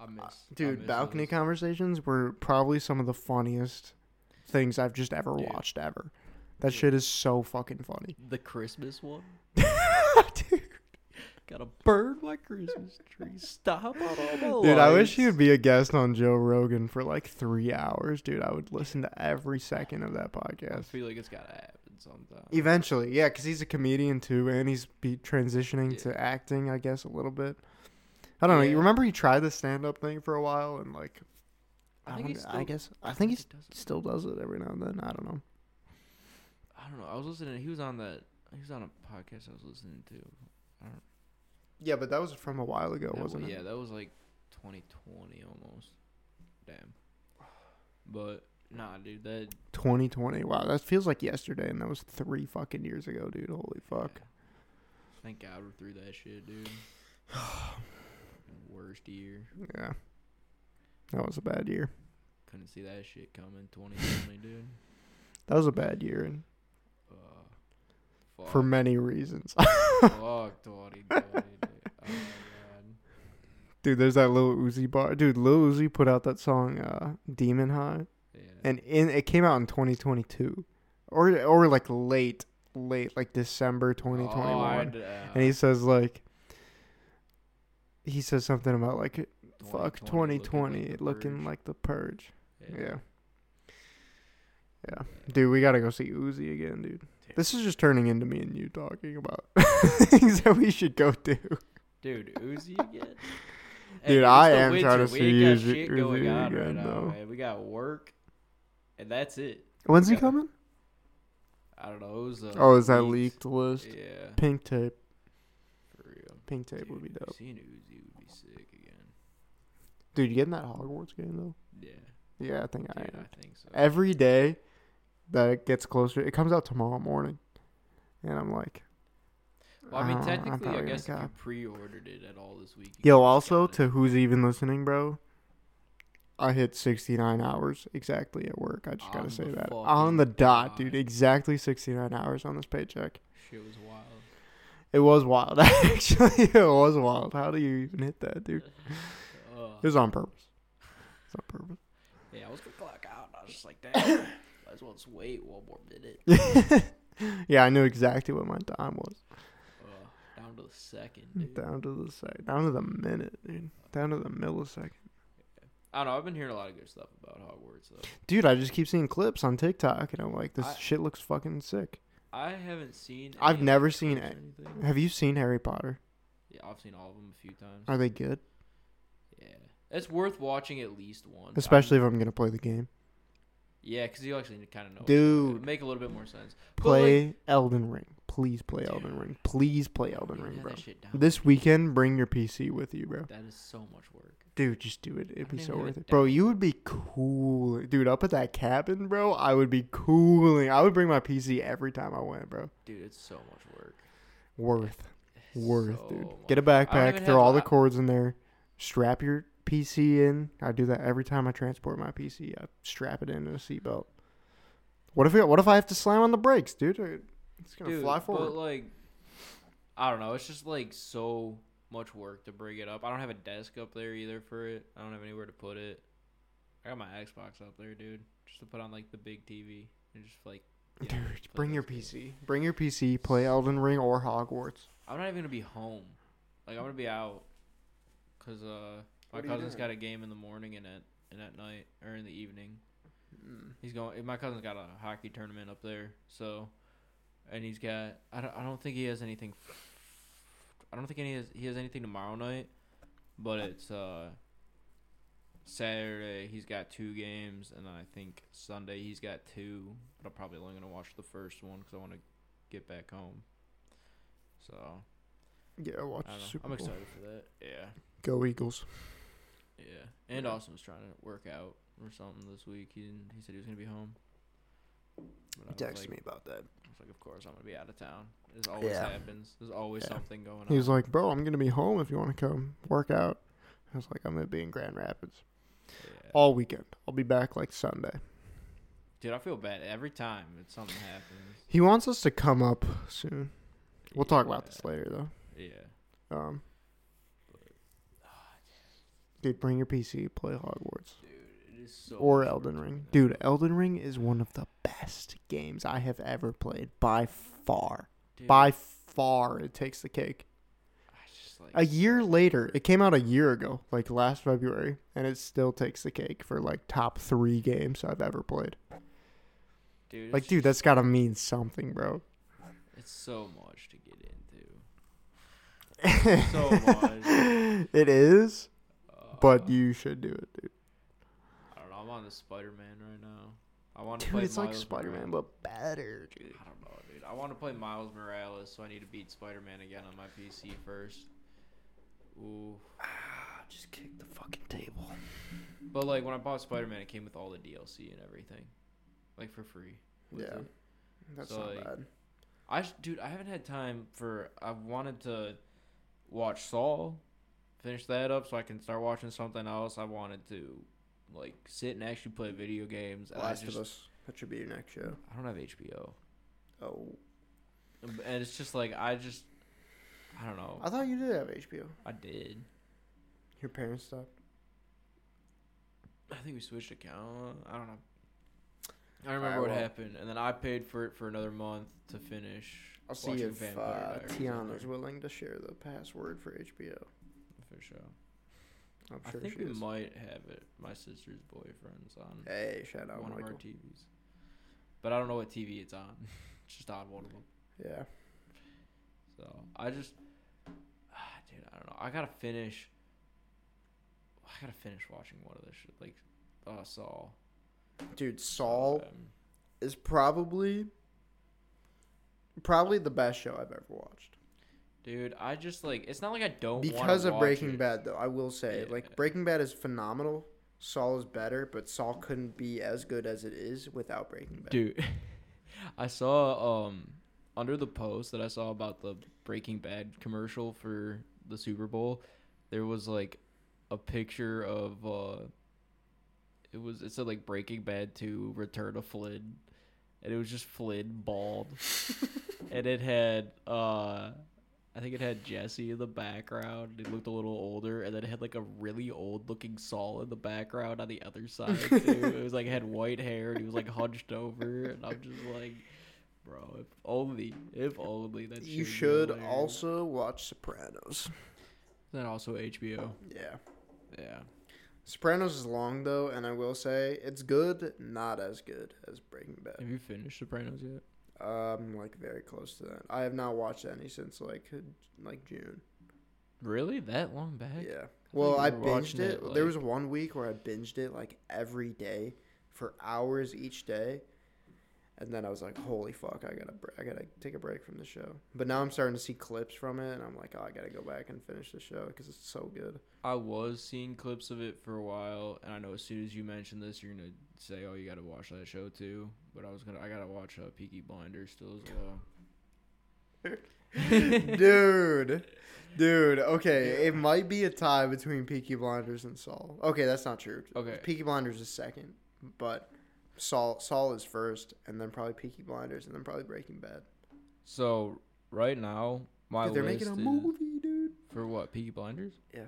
Speaker 2: I miss, I
Speaker 1: Uh, Dude,
Speaker 2: miss
Speaker 1: balcony
Speaker 2: those.
Speaker 1: conversations were probably some of the funniest things I've just ever
Speaker 2: Dude.
Speaker 1: watched ever. That
Speaker 2: Dude.
Speaker 1: shit is so fucking funny.
Speaker 2: the Christmas
Speaker 1: [laughs]
Speaker 2: one.
Speaker 1: dude,
Speaker 2: Got a bird my Christmas tree. Stop on all the
Speaker 1: [laughs] dude I wish
Speaker 2: lights.
Speaker 1: he would be a guest on Joe Rogan for like three hours, dude. I would listen to
Speaker 2: [sighs]
Speaker 1: every second of that
Speaker 2: I
Speaker 1: podcast.
Speaker 2: feel like it's gotta happen sometime.
Speaker 1: Eventually, yeah, because he's a comedian too, and he's be transitioning
Speaker 2: Yeah.
Speaker 1: to acting, I guess, a little bit. I don't know.
Speaker 2: Yeah.
Speaker 1: You remember he tried the stand-up thing for a while, and like,
Speaker 2: I
Speaker 1: I,
Speaker 2: think he
Speaker 1: wonder- I
Speaker 2: still
Speaker 1: guess I think he
Speaker 2: It doesn't-
Speaker 1: still does it every now and then. I don't know.
Speaker 2: I don't know. I was listening. He was on that. He was on a podcast I was listening to.
Speaker 1: Yeah, but that was from a while ago,
Speaker 2: That wa-
Speaker 1: wasn't it?
Speaker 2: yeah, that was like 2020 almost. Damn. But nah, dude. That
Speaker 1: 2020. Wow, that feels like yesterday, and that was three fucking years ago, dude. Holy fuck.
Speaker 2: yeah. Thank God we're through that shit, dude. Fucking Worst year.
Speaker 1: Yeah. That was a bad year.
Speaker 2: Couldn't see that shit coming. 2020, dude.
Speaker 1: That was a bad year and
Speaker 2: Uh, fuck.
Speaker 1: for many reasons. [laughs]
Speaker 2: fuck 2020. dude. Oh my god.
Speaker 1: dude, there's that Lil Uzi bar. Dude, Lil Uzi put out that song uh, Demon High
Speaker 2: Yeah.
Speaker 1: and in it came out in 2022 or or like late late like December 2021.
Speaker 2: Oh, uh,
Speaker 1: and he says like he says something about like fuck 2020 looking like the purge. Yeah. Yeah. Dude, we gotta go see Uzi again, dude. This is just turning into me and you talking about [laughs] things that we should go do.
Speaker 2: Dude, Uzi
Speaker 1: [laughs]
Speaker 2: again.
Speaker 1: Dude,
Speaker 2: it's
Speaker 1: I
Speaker 2: the
Speaker 1: am trying to
Speaker 2: winter.
Speaker 1: see
Speaker 2: We ain't got
Speaker 1: Uzi-
Speaker 2: shit going
Speaker 1: Uzi
Speaker 2: on right
Speaker 1: again,
Speaker 2: now,
Speaker 1: though.
Speaker 2: man. We got work, and that's it.
Speaker 1: When's he
Speaker 2: Yeah.
Speaker 1: coming?
Speaker 2: I don't know. It was, uh,
Speaker 1: Oh, is that leaked
Speaker 2: leaked.
Speaker 1: list?
Speaker 2: Yeah,
Speaker 1: Pink tape.
Speaker 2: for real.
Speaker 1: Pink tape
Speaker 2: Dude,
Speaker 1: would be dope.
Speaker 2: Seeing Uzi would be sick again.
Speaker 1: Dude, you getting that Hogwarts game though?
Speaker 2: Yeah,
Speaker 1: Yeah, I think I
Speaker 2: dude,
Speaker 1: am.
Speaker 2: I think so.
Speaker 1: Every day that it gets closer, it comes out tomorrow morning, and I'm like,
Speaker 2: well, I mean,
Speaker 1: don't know, I'm
Speaker 2: technically, I
Speaker 1: probably gonna
Speaker 2: guess if you
Speaker 1: cop.
Speaker 2: pre-ordered it at all this week. you
Speaker 1: Yo,
Speaker 2: can
Speaker 1: also
Speaker 2: discount
Speaker 1: to who's even listening, bro. I hit 69 hours exactly at work. I just
Speaker 2: On
Speaker 1: gotta say
Speaker 2: the
Speaker 1: that
Speaker 2: fucking
Speaker 1: on the dot, dude.
Speaker 2: dot.
Speaker 1: Exactly 69 hours on this paycheck.
Speaker 2: it. Shit was wild.
Speaker 1: It was wild, [laughs] actually. It was wild. How do you even hit that, dude? It
Speaker 2: Uh,
Speaker 1: was on purpose. It's on purpose.
Speaker 2: yeah, I was gonna clock out. And I was just
Speaker 1: [coughs]
Speaker 2: like, damn, might as well just wait one more minute.
Speaker 1: [laughs] Yeah, I knew exactly what my time was.
Speaker 2: Uh, down to the second, dude.
Speaker 1: Down to the sec, down to the minute, dude. Down to the millisecond.
Speaker 2: I don't know. I've been hearing a lot of good stuff about Hogwarts though.
Speaker 1: Dude, I just keep seeing clips on TikTok, and I'm like, this
Speaker 2: I-
Speaker 1: shit looks fucking sick.
Speaker 2: I haven't seen.
Speaker 1: I've
Speaker 2: any, like,
Speaker 1: never seen
Speaker 2: clips or
Speaker 1: it. [laughs]
Speaker 2: anything.
Speaker 1: Have you seen Harry Potter?
Speaker 2: Yeah, I've seen all of them a few times.
Speaker 1: Are they good?
Speaker 2: yeah, it's worth watching at least once.
Speaker 1: Especially
Speaker 2: I'm,
Speaker 1: if I'm gonna play the game.
Speaker 2: yeah, because you actually kind of know.
Speaker 1: Dude.
Speaker 2: it make a little bit more sense. But, like-
Speaker 1: Play Elden Ring. Please play Elden
Speaker 2: Dude.
Speaker 1: Ring. Please play
Speaker 2: Yeah,
Speaker 1: Elden
Speaker 2: you
Speaker 1: Ring,
Speaker 2: had
Speaker 1: bro.
Speaker 2: That shit down.
Speaker 1: This weekend, bring your PC with you, bro.
Speaker 2: That is so much work.
Speaker 1: Dude, just do it. It'd
Speaker 2: I
Speaker 1: be
Speaker 2: don't
Speaker 1: so
Speaker 2: even have
Speaker 1: worth
Speaker 2: it
Speaker 1: it. Bro,
Speaker 2: down.
Speaker 1: you would be cool. Dude, up at that cabin, bro, I would be cooling. I would bring my PC every time I went, bro.
Speaker 2: Dude, it's so much work.
Speaker 1: Worth. Worth,
Speaker 2: So
Speaker 1: dude.
Speaker 2: much-
Speaker 1: Get a
Speaker 2: I don't
Speaker 1: backpack,
Speaker 2: even
Speaker 1: throw
Speaker 2: have-
Speaker 1: all the
Speaker 2: I-
Speaker 1: cords in there, strap your PC in. I do that every time I transport my PC. I strap it into a seatbelt. What if what if I have to slam on the brakes, dude? It's gonna
Speaker 2: Dude,
Speaker 1: fly
Speaker 2: But
Speaker 1: forward.
Speaker 2: like, I don't know. It's just like so much work to bring it up. I don't have a desk up there either for it. I don't have anywhere to put it. I got my Xbox up there, dude, just to put on like the big TV and just like. yeah,
Speaker 1: Dude,
Speaker 2: play
Speaker 1: bring your
Speaker 2: those games.
Speaker 1: PC. Bring your PC. Play Elden Ring or Hogwarts.
Speaker 2: I'm not even gonna be home. Like I'm gonna be out, cause uh, my
Speaker 1: What are you
Speaker 2: cousin's
Speaker 1: doing?
Speaker 2: got a game in the morning and at and at night or in the evening. He's going. My cousin's got a hockey tournament up there, so, and he's got. I don't. I don't think he has anything. I don't think any has, he has anything tomorrow night, but it's uh. Saturday he's got two games, and then I think Sunday he's got two. But I'm probably only gonna watch the first one because I want to get back home. So
Speaker 1: Yeah, watch
Speaker 2: I don't know.
Speaker 1: Super
Speaker 2: I'm
Speaker 1: Bowl.
Speaker 2: excited for that. Yeah,
Speaker 1: Go Eagles.
Speaker 2: yeah. And
Speaker 1: Yeah.
Speaker 2: Austin was trying to work out or something this week. He didn't, he said he was gonna be home. But I
Speaker 1: He
Speaker 2: was
Speaker 1: texted
Speaker 2: like,
Speaker 1: me about that.
Speaker 2: I was like, of course I'm gonna be out of town. This always
Speaker 1: Yeah.
Speaker 2: happens. There's always
Speaker 1: Yeah.
Speaker 2: something going on.
Speaker 1: He was like, "Bro, I'm gonna be home if you want to come work out." I was like, "Oh." "I'm gonna be in Grand Rapids
Speaker 2: yeah.
Speaker 1: all weekend. I'll be back like Sunday."
Speaker 2: Dude, I feel bad every time that something happens.
Speaker 1: He wants us to come up soon. We'll talk about
Speaker 2: Yeah,
Speaker 1: this later
Speaker 2: Yeah.
Speaker 1: though. Um, dude, bring your PC, play Hogwarts
Speaker 2: Dude, it is so
Speaker 1: or
Speaker 2: much
Speaker 1: Elden
Speaker 2: work to
Speaker 1: Ring.
Speaker 2: do
Speaker 1: Dude,
Speaker 2: that.
Speaker 1: Elden Ring is one of the best games I have ever played by far.
Speaker 2: Dude,
Speaker 1: By far, it takes the cake.
Speaker 2: I just like
Speaker 1: A year later, it came out a year ago, like last February, and it still takes the cake for like top three games I've ever played.
Speaker 2: dude, it's
Speaker 1: Like, dude, that's gotta mean something, bro.
Speaker 2: just- it's so much to get
Speaker 1: [laughs]
Speaker 2: into. so much.
Speaker 1: It is,
Speaker 2: Uh,
Speaker 1: but you should do it, dude.
Speaker 2: I don't know. I'm on the Spider-Man right now. I want to
Speaker 1: Dude,
Speaker 2: play
Speaker 1: it's like
Speaker 2: Miles
Speaker 1: Spider Man,
Speaker 2: Morales.
Speaker 1: but better, dude.
Speaker 2: I don't know, dude. I want to play Miles Morales, so I need to beat Spider-Man again on my PC first. Ooh.
Speaker 1: Ah, Just kick the fucking table.
Speaker 2: But like when I bought Spider Man, it came with all the DLC and everything, like for free. with
Speaker 1: Yeah.
Speaker 2: it.
Speaker 1: That's
Speaker 2: So,
Speaker 1: not
Speaker 2: like-
Speaker 1: bad.
Speaker 2: I sh- dude, I haven't had time for. I wanted to watch Saul, finish that up, so I can start watching something else. I wanted to like sit and actually play video games. And I
Speaker 1: Last
Speaker 2: just
Speaker 1: of Us. That should be your next show.
Speaker 2: I don't have HBO,
Speaker 1: Oh.
Speaker 2: and it's just like I just I don't know.
Speaker 1: I thought you did have HBO.
Speaker 2: I did.
Speaker 1: Your parents stopped.
Speaker 2: I think we switched account. I don't know. I remember what
Speaker 1: well-
Speaker 2: happened, and then I paid for it for another month to finish.
Speaker 1: I'll see
Speaker 2: watching
Speaker 1: if
Speaker 2: Vampire
Speaker 1: uh,
Speaker 2: Diaries on
Speaker 1: Tiana's
Speaker 2: there.
Speaker 1: willing to share the password for HBO.
Speaker 2: For sure.
Speaker 1: I'm
Speaker 2: I
Speaker 1: sure
Speaker 2: think
Speaker 1: she
Speaker 2: we
Speaker 1: is.
Speaker 2: might have it. My sister's boyfriend's on
Speaker 1: Hey, shout out
Speaker 2: one of our
Speaker 1: Michael.
Speaker 2: TVs, but I don't know what TV it's on. [laughs] it's just on one of them.
Speaker 1: Yeah.
Speaker 2: So I just, ah, dude, I don't know. I gotta finish. I gotta finish watching one of this shit, like uh, Saul.
Speaker 1: Dude, Saul
Speaker 2: Um,
Speaker 1: is probably probably the best show I've ever watched.
Speaker 2: dude, I just like. It's not like I don't wanna
Speaker 1: Because of
Speaker 2: watch
Speaker 1: Breaking
Speaker 2: it.
Speaker 1: Bad though, I will say.
Speaker 2: Yeah.
Speaker 1: Like Breaking Bad is phenomenal. Saul is better, but Saul couldn't be as good as it is without Breaking Bad.
Speaker 2: dude. [laughs] I saw um under the post that I saw about the Breaking Bad commercial for the Super Bowl, there was like a picture of uh it was it said like Breaking Bad to Return to Flynn, and it was just Flynn
Speaker 1: [laughs]
Speaker 2: bald, and it had uh. I think it had Jesse in the background. It looked a little older, and then it had like a really old-looking Saul in the background on the other side too.
Speaker 1: [laughs]
Speaker 2: it was like it had white hair, and he was like hunched over, and I'm just like, bro, if only, if only that.
Speaker 1: You
Speaker 2: shit is
Speaker 1: should
Speaker 2: hilarious."
Speaker 1: also watch Sopranos.
Speaker 2: Then also HBO.
Speaker 1: Yeah.
Speaker 2: Yeah.
Speaker 1: Sopranos is long though, and I will say it's good, not as good as Breaking Bad.
Speaker 2: Have you finished Sopranos yet?
Speaker 1: Um, like very close to that. I have not watched any since like uh, like June.
Speaker 2: Really? That long back?
Speaker 1: Yeah. Well,
Speaker 2: you
Speaker 1: I
Speaker 2: were
Speaker 1: binged
Speaker 2: watching
Speaker 1: it.
Speaker 2: it,
Speaker 1: There was one week where I binged it like every day for hours each day, and then I was like, "Holy fuck! I gotta, br- I gotta take a break from the show." But now I'm starting to see clips from it, and I'm like, "Oh, I gotta go back and finish the show because it's so good."
Speaker 2: I was seeing clips of it for a while, and I know as soon as you mention this, you're gonna say, "Oh, you gotta watch that show too." But I was gonna, I gotta watch uh, Peaky Blinders still as well.
Speaker 1: dude, dude. Okay, it might be a tie between Peaky Blinders and Saul. Okay, that's not true.
Speaker 2: Okay.
Speaker 1: Peaky Blinders is second, but Saul Saul is first, and then probably Peaky Blinders, and then probably Breaking Bad.
Speaker 2: So right now, my
Speaker 1: Dude, they're
Speaker 2: list
Speaker 1: making a
Speaker 2: is-
Speaker 1: movie, dude.
Speaker 2: for what Peaky Blinders.
Speaker 1: Yeah.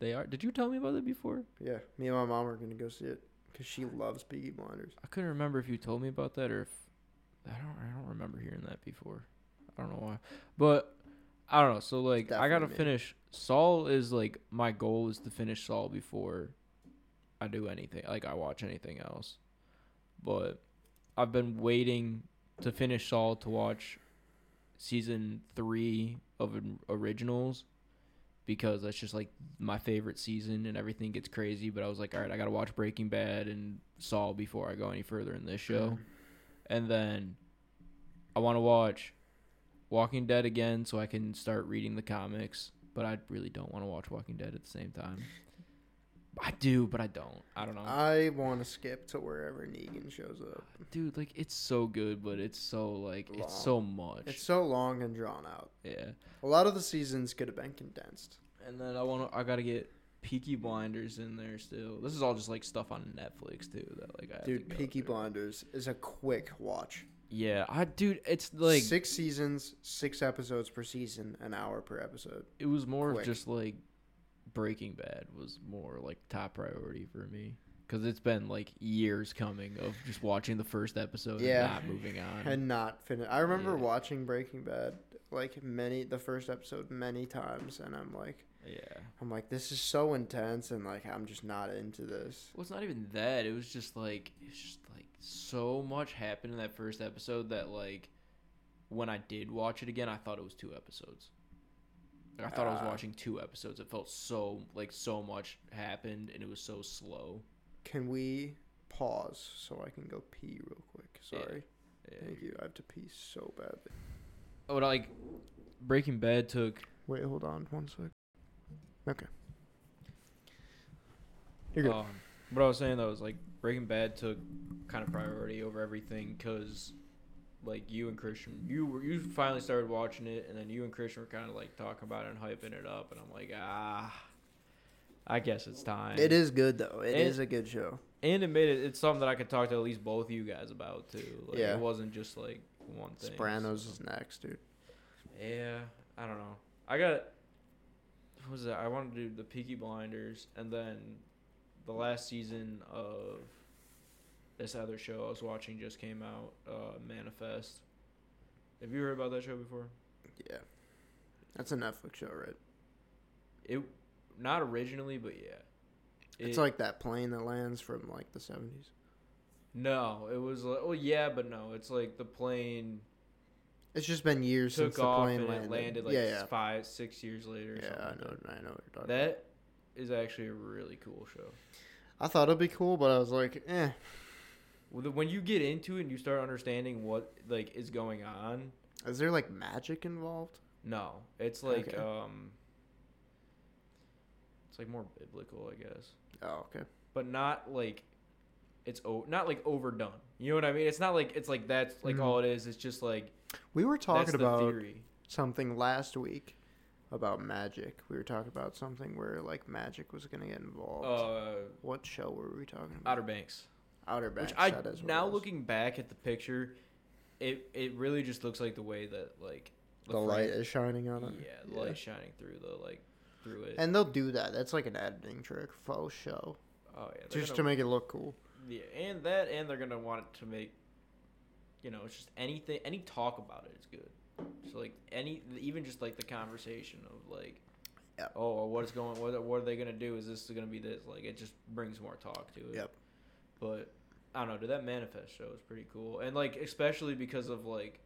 Speaker 2: They are. Did you tell me about that before?
Speaker 1: Yeah, me and my mom are gonna go see it because she loves Peaky Blinders.
Speaker 2: I couldn't remember if you told me about that or if I don't. I don't remember hearing that before. I don't know why, but I don't know. So like, I
Speaker 1: definitely
Speaker 2: gotta
Speaker 1: me.
Speaker 2: finish. Saul is like my goal is to finish Saul before I do anything. Like I watch anything else, but I've been waiting to finish Saul to watch season three of an- originals because that's just like my favorite season and everything gets crazy. But I was like, all right, I gotta watch Breaking Bad and Saul before I go any further in this show, and then I want to watch Walking Dead again so I can start reading the comics. But I really don't want to watch Walking Dead at the same time. I do, but I don't. I don't know.
Speaker 1: I want to skip to wherever Negan shows up.
Speaker 2: Dude, like it's so good, but it's so like it's so much.
Speaker 1: It's so long and drawn out.
Speaker 2: yeah.
Speaker 1: A lot of the seasons could have been condensed.
Speaker 2: And then I want to I got to get Peaky Blinders in there still. This is all just like stuff on Netflix too that like I have to
Speaker 1: Dude,
Speaker 2: go
Speaker 1: Peaky
Speaker 2: through.
Speaker 1: Blinders is a quick watch.
Speaker 2: Yeah, I dude, it's like
Speaker 1: six seasons, six episodes per season, an hour per episode.
Speaker 2: it was more of
Speaker 1: quick.
Speaker 2: just like Breaking Bad was more like top priority for me because it's been like years coming of just watching the first episode
Speaker 1: Yeah.
Speaker 2: and not moving on.
Speaker 1: and not finish. I remember
Speaker 2: Mm. Yeah.
Speaker 1: watching Breaking Bad like many the first episode many times, and I'm like,
Speaker 2: yeah.
Speaker 1: I'm like, this is so intense, and like I'm just not into this.
Speaker 2: Well, it's not even that. It was just like it's just like so much happened in that first episode that like when I did watch it again, I thought it was two episodes. Like, I thought I was
Speaker 1: Ah.
Speaker 2: watching two episodes. It felt so like so much happened and it was so slow.
Speaker 1: Can we pause so I can go pee real quick?
Speaker 2: Yeah.
Speaker 1: Sorry,
Speaker 2: Yeah.
Speaker 1: thank you. I have to pee so badly.
Speaker 2: Oh, and, like Breaking Bad took
Speaker 1: Wait, hold on one sec. Okay. You're good.
Speaker 2: Um, what I was saying though is like Breaking Bad took kind of priority over everything because like you and Christian, you were you finally started watching it, and then you and Christian were kind of like talking about it and hyping it up, and I'm like, ah, I guess it's time.
Speaker 1: It is good though.
Speaker 2: It-
Speaker 1: it is a good show.
Speaker 2: and it made it. It's something that I could talk to at least both of you guys about too. Like,
Speaker 1: Yeah.
Speaker 2: it wasn't just like one thing.
Speaker 1: Sopranos
Speaker 2: so.
Speaker 1: is next, dude.
Speaker 2: Yeah, I don't know. I got what was that? I wanted to do the Peaky Blinders, and then the last season of this other show I was watching just came out, uh, Manifest. Have you heard about that show before?
Speaker 1: Yeah, that's a Netflix show, right?
Speaker 2: It not originally, but yeah.
Speaker 1: it's
Speaker 2: It-
Speaker 1: like that plane that lands from like the seventies.
Speaker 2: no, it was like oh yeah, but no, it's like the plane
Speaker 1: It's just been years
Speaker 2: took
Speaker 1: since
Speaker 2: off
Speaker 1: the plane
Speaker 2: and
Speaker 1: landed.
Speaker 2: it landed like
Speaker 1: yeah, yeah,
Speaker 2: five, six years later. Or
Speaker 1: yeah. I
Speaker 2: something.
Speaker 1: know, I know what you're talking.
Speaker 2: That is actually a really cool show.
Speaker 1: I thought it'd be cool, but I was like, eh.
Speaker 2: Well, the- when you get into it and you start understanding what like is going on
Speaker 1: Is there like magic involved?
Speaker 2: no it's like
Speaker 1: Okay.
Speaker 2: um it's like more biblical i guess
Speaker 1: Oh, okay.
Speaker 2: but not like it's o- not like overdone you know what i mean it's not like it's like that's like
Speaker 1: Mhm.
Speaker 2: all it is it's just like
Speaker 1: We were
Speaker 2: that's
Speaker 1: talking
Speaker 2: the
Speaker 1: about
Speaker 2: theory
Speaker 1: something last week about magic. We were talking about something where like magic was gonna get involved.
Speaker 2: uh
Speaker 1: what show were we talking about?
Speaker 2: outer banks
Speaker 1: Outer Banks.
Speaker 2: which i
Speaker 1: that is what it
Speaker 2: now
Speaker 1: was.
Speaker 2: looking back at the picture it it really just looks like the way that like
Speaker 1: the,
Speaker 2: frame-
Speaker 1: light is shining
Speaker 2: yeah
Speaker 1: on it.
Speaker 2: the light shining through the like through it
Speaker 1: And they'll do that. That's like an editing trick, faux show,
Speaker 2: oh yeah they're
Speaker 1: just
Speaker 2: gonna-
Speaker 1: to make it look cool.
Speaker 2: Yeah, and that, and they're gonna want it to make, you know, it's just anything, any talk about it is good. So like any, even just like the conversation of like,
Speaker 1: Yep.
Speaker 2: oh, what is going, what, what are they gonna do? Is this gonna be this? Like it just brings more talk to it.
Speaker 1: Yep.
Speaker 2: But I don't know. Did that manifest show was pretty cool, and like especially because of like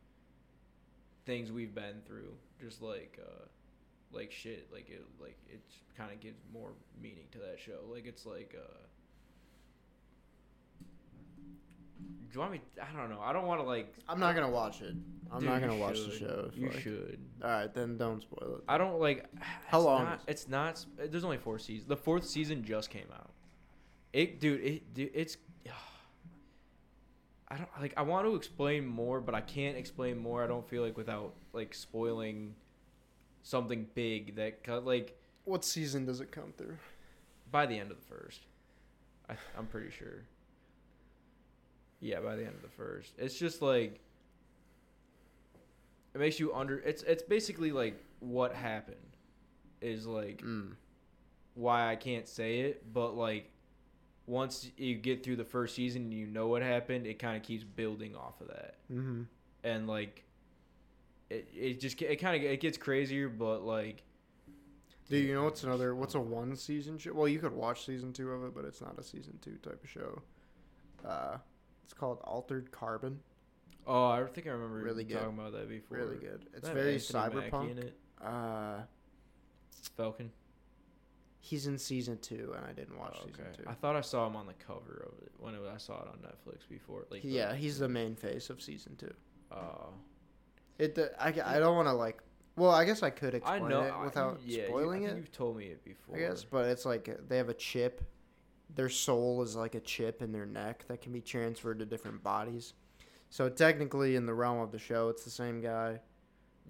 Speaker 2: things we've been through, just like. uh like shit, like it, like it kind of gives more meaning to that show. Like it's like, uh, Do you want me? I don't know. I don't want to like.
Speaker 1: I'm not gonna watch it. I'm
Speaker 2: Dude,
Speaker 1: not
Speaker 2: you
Speaker 1: gonna watch the
Speaker 2: should.
Speaker 1: show. if,
Speaker 2: You
Speaker 1: like-
Speaker 2: should.
Speaker 1: All right, then don't spoil it.
Speaker 2: I don't like.
Speaker 1: How
Speaker 2: it's
Speaker 1: long
Speaker 2: Not,
Speaker 1: is
Speaker 2: it's not. There's only four seasons. The fourth season just came out. It, dude. It, dude. It's. [sighs] I don't like. I want to explain more, but I can't explain more. I don't feel like without like spoiling something big that cut like
Speaker 1: What season does it come through?
Speaker 2: by the end of the first. I, I'm pretty sure. Yeah, by the end of the first, it's just like it makes you under. It's it's basically like what happened is like
Speaker 1: Mm.
Speaker 2: why I can't say it, but like once you get through the first season and you know what happened, it kind of keeps building off of that,
Speaker 1: hmm
Speaker 2: and like it it just it kind of it gets crazier, but like
Speaker 1: Dude, you know what's another? What's a one season show? Well, you could watch season two of it, but it's not a season two type of show. Uh, it's called Altered Carbon.
Speaker 2: oh I think I remember
Speaker 1: Really good.
Speaker 2: talking about that before.
Speaker 1: Really good. It's
Speaker 2: Doesn't
Speaker 1: very
Speaker 2: have Anthony Mackie
Speaker 1: cyberpunk.
Speaker 2: in it.
Speaker 1: Uh,
Speaker 2: Falcon.
Speaker 1: he's in season two, and I didn't watch
Speaker 2: Oh,
Speaker 1: season
Speaker 2: okay.
Speaker 1: two.
Speaker 2: I thought I saw him on the cover of it when it, I saw it on Netflix before. Like the-
Speaker 1: yeah, he's the main face of season two.
Speaker 2: Oh.
Speaker 1: It. the- I. I don't want to like. Well, I guess I could
Speaker 2: I
Speaker 1: explain
Speaker 2: know
Speaker 1: it
Speaker 2: I-
Speaker 1: without
Speaker 2: yeah, you- I
Speaker 1: spoiling
Speaker 2: think
Speaker 1: it.
Speaker 2: You've told me it before.
Speaker 1: I guess, but it's like they have a chip. Their soul is like a chip in their neck that can be transferred to different bodies. So technically, in the realm of the show, it's the same guy,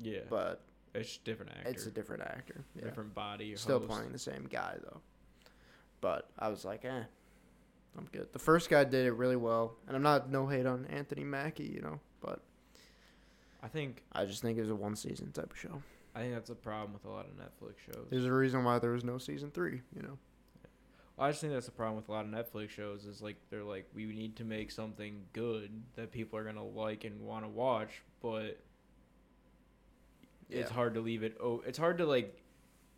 Speaker 2: Yeah, but
Speaker 1: but
Speaker 2: it's different actor,
Speaker 1: it's a different actor. Yeah.
Speaker 2: different body.
Speaker 1: Still
Speaker 2: host.
Speaker 1: playing the same guy though. But I was like, eh, I'm good. The first guy did it really well, and I'm not no hate on Anthony Mackie, you know, but
Speaker 2: I think
Speaker 1: I just think it was a one season type of show.
Speaker 2: I think that's a problem with a lot of Netflix shows.
Speaker 1: There's a reason why there was no season three, you know.
Speaker 2: I just think that's the problem with a lot of Netflix shows is like they're like we need to make something good that people are gonna like and want to watch, but it's
Speaker 1: Yeah.
Speaker 2: hard to leave it. Oh, it's hard to like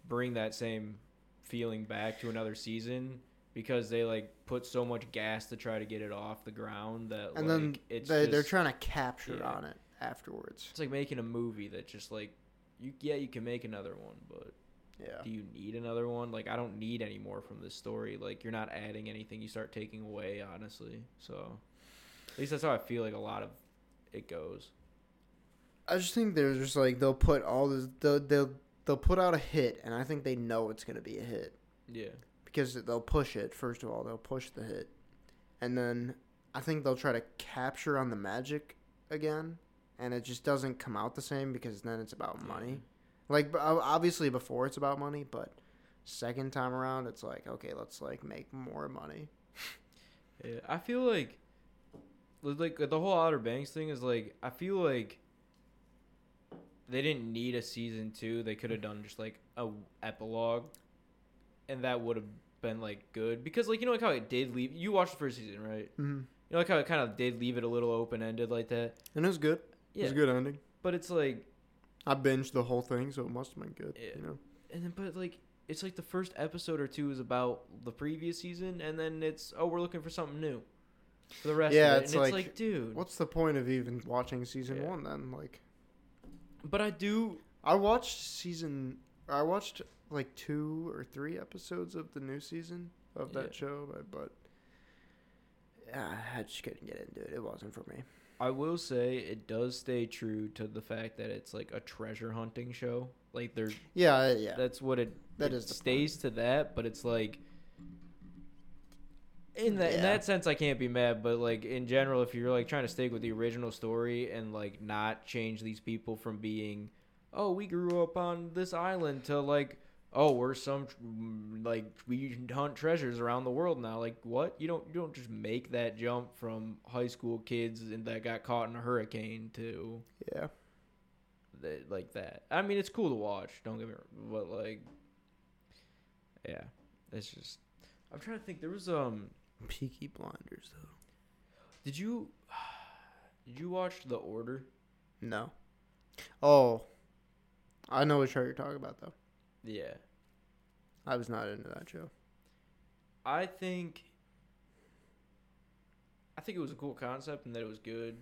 Speaker 2: bring that same feeling back to another season because they like put so much gas to try to get it off the ground that like
Speaker 1: And then
Speaker 2: it's
Speaker 1: they, they're
Speaker 2: just-
Speaker 1: trying to capture
Speaker 2: yeah.
Speaker 1: on it afterwards.
Speaker 2: It's like making a movie that just like you yeah you can make another one, but
Speaker 1: Yeah.
Speaker 2: do you need another one? Like I don't need any more from this story. Like you're not adding anything. You start taking away, honestly. So at least that's how I feel like a lot of it goes.
Speaker 1: I just think there's just like they'll put all this they'll, they'll they'll put out a hit, and I think they know it's gonna be a hit
Speaker 2: Yeah.
Speaker 1: because they'll push it. First of all, they'll push the hit, and then I think they'll try to capture on the magic again, and it just doesn't come out the same because then it's about money. Like b- ob- obviously before it's about money, but second time around it's like okay, let's like make more money.
Speaker 2: Yeah, I feel like with, like the whole Outer Banks thing is like I feel like they didn't need a season 2. They could have done just like a epilogue and that would have been like good because like you know like how it did leave you watched the first season, right?
Speaker 1: Mm-hmm.
Speaker 2: You know like how it kind of did leave it a little open-ended like that.
Speaker 1: And it was good. It
Speaker 2: Yeah.
Speaker 1: was a good ending.
Speaker 2: But it's like
Speaker 1: I binged the whole thing, so it must have been good.
Speaker 2: Yeah.
Speaker 1: You know.
Speaker 2: and then but like it's like the first episode or two is about the previous season and then it's oh we're looking for something new for the rest
Speaker 1: Yeah,
Speaker 2: of it.
Speaker 1: it's
Speaker 2: and it's
Speaker 1: like,
Speaker 2: like dude.
Speaker 1: What's the point of even watching season
Speaker 2: Yeah.
Speaker 1: one then? Like,
Speaker 2: But I do
Speaker 1: I watched season, or I watched like two or three episodes of the new season of that
Speaker 2: Yeah.
Speaker 1: show, but, but yeah, Ah, I just couldn't get into it. It wasn't for me.
Speaker 2: I will say it does stay true to the fact that it's like a treasure hunting show. Like they're
Speaker 1: Yeah, I- yeah,
Speaker 2: that's what it
Speaker 1: That
Speaker 2: it
Speaker 1: is the point.
Speaker 2: stays to that, but it's like in that in
Speaker 1: Yeah.
Speaker 2: that sense I can't be mad, but like in general if you're like trying to stick with the original story and like not change these people from being oh, we grew up on this island to like oh, we're some tr- mm, like we hunt treasures around the world now. Like what? You don't you don't just make that jump from high school kids and that got caught in a hurricane to
Speaker 1: yeah.
Speaker 2: that like that. I mean, it's cool to watch. Don't get me wrong, but like, yeah, it's just. I'm trying to think. There was um.
Speaker 1: Peaky Blinders though.
Speaker 2: Did you [sighs] did you watch The Order?
Speaker 1: No. Oh, I know which show you're talking about though.
Speaker 2: Yeah,
Speaker 1: I was not into that show.
Speaker 2: I think. I think it was a cool concept and that it was good.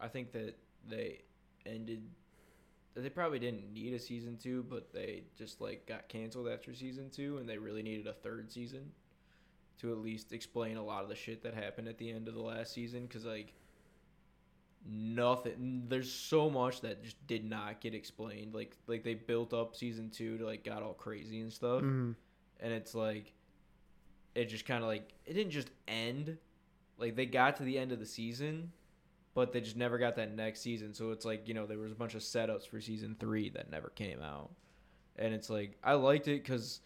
Speaker 2: I think that they ended. that They probably didn't need a season two, but they just like got canceled after season two, and they really needed a third season to at least explain a lot of the shit that happened at the end of the last season. Because like nothing, there's so much that just did not get explained. Like like they built up season two to like got all crazy and stuff,
Speaker 1: hmm
Speaker 2: and it's like it just kind of like it didn't just end like they got to the end of the season but they just never got that next season so it's like you know there was a bunch of setups for season three that never came out and it's like i liked it because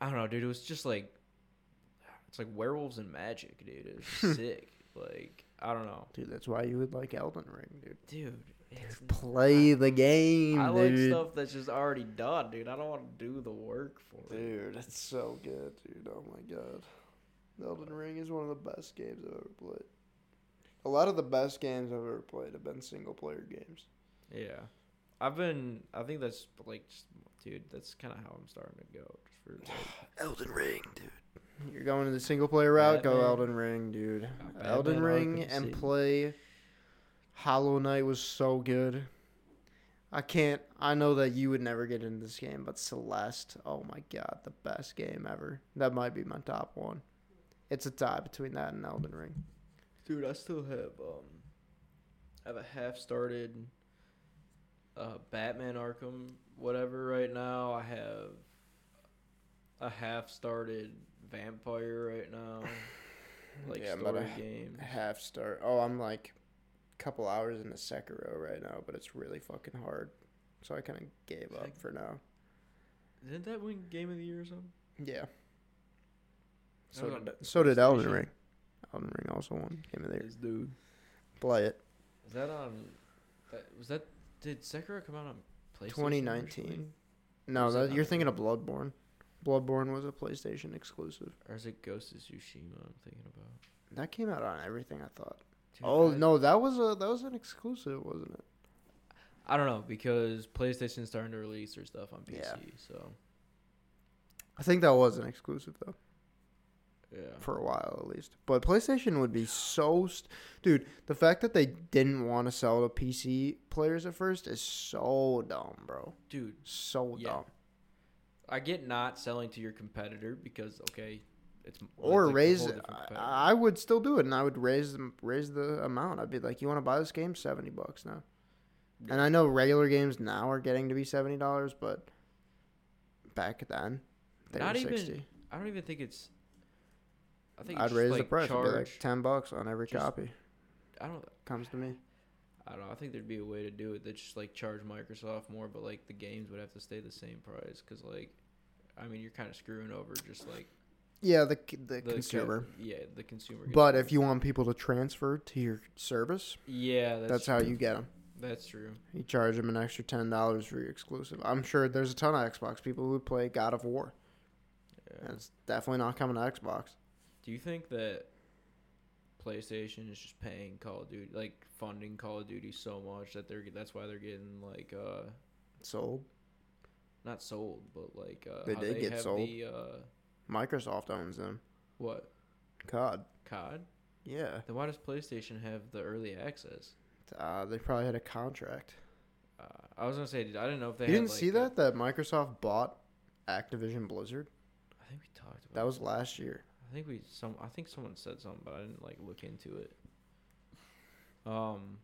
Speaker 2: i don't know dude it was just like it's like werewolves and magic dude [laughs] it was sick like i don't know
Speaker 1: Dude, that's why you would like Elden Ring, dude.
Speaker 2: dude it's
Speaker 1: Play the game,
Speaker 2: I like
Speaker 1: dude.
Speaker 2: stuff that's just already done, dude. I don't want to do the work for it.
Speaker 1: Dude, it's so good, dude. Oh my god. Elden Ring is one of the best games I've ever played. A lot of the best games I've ever played have been single player games.
Speaker 2: Yeah, I've been. I think that's like, just, dude. That's kind of how I'm starting to go. Just for like,
Speaker 1: Elden Ring, dude. You're going to the single player route? Go
Speaker 2: Batman.
Speaker 1: Elden Ring, dude.
Speaker 2: Batman
Speaker 1: Elden Ring
Speaker 2: Arkham
Speaker 1: and
Speaker 2: City.
Speaker 1: play Hollow Knight was so good. I can't. I know that you would never get into this game, but Celeste, oh my god, the best game ever. That might be my top one. It's a tie between that and Elden Ring.
Speaker 2: [laughs] dude, I still have um, I have a half started, uh, Batman Arkham whatever right now. I have a half started Vampire
Speaker 1: [laughs]
Speaker 2: right now, like
Speaker 1: Yeah, I'm about
Speaker 2: story
Speaker 1: a-
Speaker 2: game.
Speaker 1: half start. Oh, I'm like a couple hours into Sekiro right now, but it's really fucking hard. So I kind of gave up
Speaker 2: Sek-
Speaker 1: for now.
Speaker 2: Didn't that win Game of the Year or something?
Speaker 1: Yeah. So
Speaker 2: That was
Speaker 1: did,
Speaker 2: on
Speaker 1: so did Elden
Speaker 2: PlayStation.
Speaker 1: Ring. Elden Ring also won Game of the Year.
Speaker 2: This dude.
Speaker 1: Play it.
Speaker 2: Is that on? That, was that? Did Sekiro come out on PlayStation?
Speaker 1: Twenty
Speaker 2: originally?
Speaker 1: nineteen.
Speaker 2: Or
Speaker 1: No,
Speaker 2: was that
Speaker 1: that, you're
Speaker 2: not
Speaker 1: thinking of Bloodborne. Bloodborne was a PlayStation exclusive.
Speaker 2: Or is it Ghost of Tsushima? I'm thinking about.
Speaker 1: That came out on everything. I thought.
Speaker 2: Dude,
Speaker 1: Oh
Speaker 2: I-
Speaker 1: no, that was a that was an exclusive, wasn't it?
Speaker 2: I don't know because PlayStation's starting to release their stuff on PC.
Speaker 1: Yeah.
Speaker 2: So
Speaker 1: I think that was an exclusive though.
Speaker 2: yeah.
Speaker 1: for a while at least. But PlayStation would be so, st- dude. The fact that they didn't want to sell to PC players at first is so dumb, bro.
Speaker 2: Dude,
Speaker 1: So
Speaker 2: Yeah.
Speaker 1: dumb.
Speaker 2: I get not selling to your competitor because okay, it's it's
Speaker 1: Or
Speaker 2: like a
Speaker 1: raise.
Speaker 2: whole
Speaker 1: I,
Speaker 2: different competitor.
Speaker 1: I would still do it, and I would raise them raise the amount. I'd be like, you want to buy this game? Seventy bucks now. And I know regular games now are getting to be seventy dollars, but back then they
Speaker 2: Not
Speaker 1: were
Speaker 2: even-
Speaker 1: sixty.
Speaker 2: I don't even think it's. I think
Speaker 1: I'd
Speaker 2: it's just,
Speaker 1: raise the
Speaker 2: like,
Speaker 1: price. It'd be
Speaker 2: Charge.
Speaker 1: like ten bucks on every
Speaker 2: just-
Speaker 1: copy.
Speaker 2: I don't.
Speaker 1: Comes to me.
Speaker 2: I don't know. I think there'd be a way to do it that just like charge Microsoft more, but like the games would have to stay the same price because like, I mean, you're kind of screwing over just like
Speaker 1: Yeah, the c- the,
Speaker 2: the ca-
Speaker 1: consumer.
Speaker 2: yeah, the consumer. gets
Speaker 1: But
Speaker 2: more.
Speaker 1: if you want people to transfer to your service,
Speaker 2: yeah, that's
Speaker 1: that's, how you get them.
Speaker 2: that's true.
Speaker 1: You charge them an extra ten dollars for your exclusive. I'm sure there's a ton of Xbox people who play God of War,
Speaker 2: Yeah.
Speaker 1: and it's definitely not coming to Xbox.
Speaker 2: Do you think that PlayStation is just paying Call of Duty, like funding Call of Duty so much that they're that's why they're getting like uh
Speaker 1: So
Speaker 2: not sold, but like uh,
Speaker 1: They
Speaker 2: how
Speaker 1: did get
Speaker 2: have
Speaker 1: sold.
Speaker 2: The, uh,
Speaker 1: Microsoft owns them.
Speaker 2: what
Speaker 1: God,
Speaker 2: COD?
Speaker 1: yeah,
Speaker 2: Then why does PlayStation have the early access?
Speaker 1: uh, they probably had a contract.
Speaker 2: Uh, I was gonna say, dude, I didn't know if they
Speaker 1: you
Speaker 2: had,
Speaker 1: didn't
Speaker 2: like,
Speaker 1: see
Speaker 2: a-
Speaker 1: that that Microsoft bought Activision Blizzard.
Speaker 2: I think we talked about
Speaker 1: That was last year.
Speaker 2: I think we some. I think someone said something, but I didn't like look into it. Um,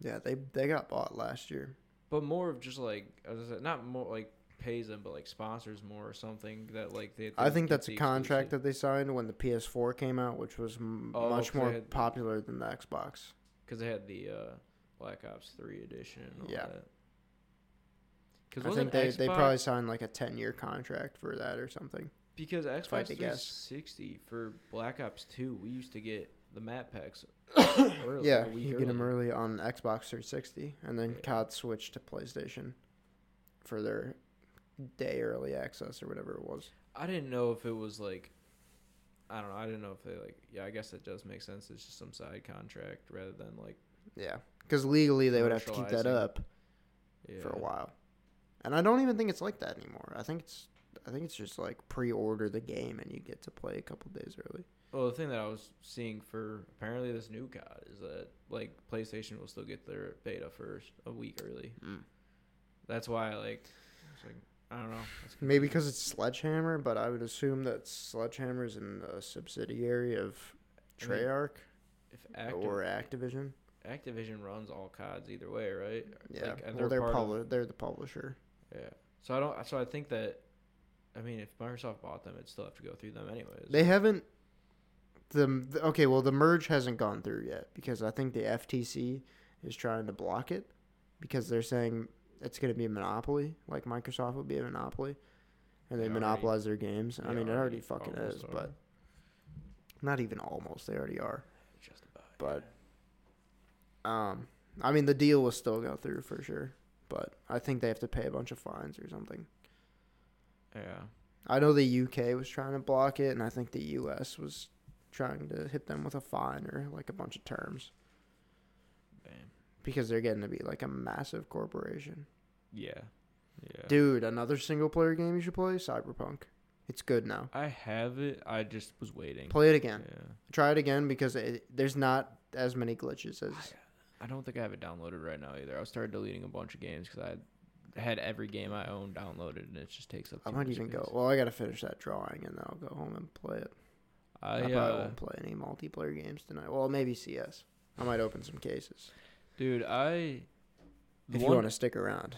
Speaker 1: Yeah, they they got bought last year.
Speaker 2: but more of just like as I said, not more like pays them, but like sponsors more or something that like they.
Speaker 1: I think
Speaker 2: get
Speaker 1: that's a
Speaker 2: the
Speaker 1: contract
Speaker 2: exclusive-
Speaker 1: that they signed when the PS4 came out, which was m-
Speaker 2: Oh,
Speaker 1: much
Speaker 2: 'cause they
Speaker 1: more
Speaker 2: had-
Speaker 1: popular than the Xbox.
Speaker 2: Because they had the uh, Black Ops Three edition. And all
Speaker 1: Yeah.
Speaker 2: that.
Speaker 1: I
Speaker 2: Because
Speaker 1: think they, they probably signed like a ten year contract for that or something.
Speaker 2: because
Speaker 1: I had
Speaker 2: Xbox
Speaker 1: to guess.
Speaker 2: 360 for Black Ops 2, we used to get the
Speaker 1: [coughs]
Speaker 2: map packs. early,
Speaker 1: yeah,
Speaker 2: a week
Speaker 1: you get them
Speaker 2: early.
Speaker 1: early on Xbox 360, and then
Speaker 2: Yeah.
Speaker 1: COD switched to PlayStation for their day early access or whatever it was.
Speaker 2: I didn't know if it was like, I don't know. I didn't know if they like. Yeah, I guess that does make sense. It's just some side contract rather than like
Speaker 1: Yeah, because legally they would have to keep that
Speaker 2: Commercializing.
Speaker 1: up
Speaker 2: yeah.
Speaker 1: for a while, and I don't even think it's like that anymore. I think it's I think it's just like pre order the game and you get to play a couple days early.
Speaker 2: Well, the thing that I was seeing for apparently this new COD is that like PlayStation will still get their beta first a week early. That's why like, it's like I don't know. That's
Speaker 1: Maybe because it's Sledgehammer, but I would assume that Sledgehammer is in a subsidiary of
Speaker 2: I mean,
Speaker 1: Treyarch.
Speaker 2: if Activ-
Speaker 1: or Activision.
Speaker 2: Activision runs all CODs either way, right?
Speaker 1: Yeah,
Speaker 2: Like, and
Speaker 1: well,
Speaker 2: they're
Speaker 1: they're
Speaker 2: part of-
Speaker 1: publi- they're the publisher.
Speaker 2: Yeah. So I don't. So I think that, I mean, if Microsoft bought them, it'd still have to go through them anyways.
Speaker 1: They haven't. The, the okay, well, the merge hasn't gone through yet because I think the FTC is trying to block it because they're saying it's going to be a monopoly, like Microsoft would be a monopoly, and they,
Speaker 2: They already-
Speaker 1: monopolize their games. I
Speaker 2: They
Speaker 1: mean, it already fucking
Speaker 2: almost
Speaker 1: is,
Speaker 2: are.
Speaker 1: but not even almost. They already are,
Speaker 2: just about.
Speaker 1: but um, I mean, the deal will still go through for sure, but I think they have to pay a bunch of fines or something.
Speaker 2: Yeah.
Speaker 1: I know the UK was trying to block it, and I think the US was trying to hit them with a fine or like a bunch of terms
Speaker 2: Bam.
Speaker 1: because they're getting to be like a massive corporation.
Speaker 2: Yeah. Yeah.
Speaker 1: Dude, another single player game you should play Cyberpunk. It's good now.
Speaker 2: I have it. I just was waiting.
Speaker 1: Play it again.
Speaker 2: Yeah.
Speaker 1: Try it again because it, there's not as many glitches as.
Speaker 2: I don't think I have it downloaded right now either. I started deleting a bunch of games because I had every game I own downloaded, and it just takes up.
Speaker 1: I
Speaker 2: too
Speaker 1: might
Speaker 2: much
Speaker 1: even go.
Speaker 2: space.
Speaker 1: Well, I gotta finish that drawing and then I'll go home and play it. I,
Speaker 2: I,
Speaker 1: probably
Speaker 2: uh,
Speaker 1: won't play any multiplayer games tonight. Well, maybe CS. I might open some cases
Speaker 2: dude, I. the
Speaker 1: if you
Speaker 2: one-
Speaker 1: want to stick around.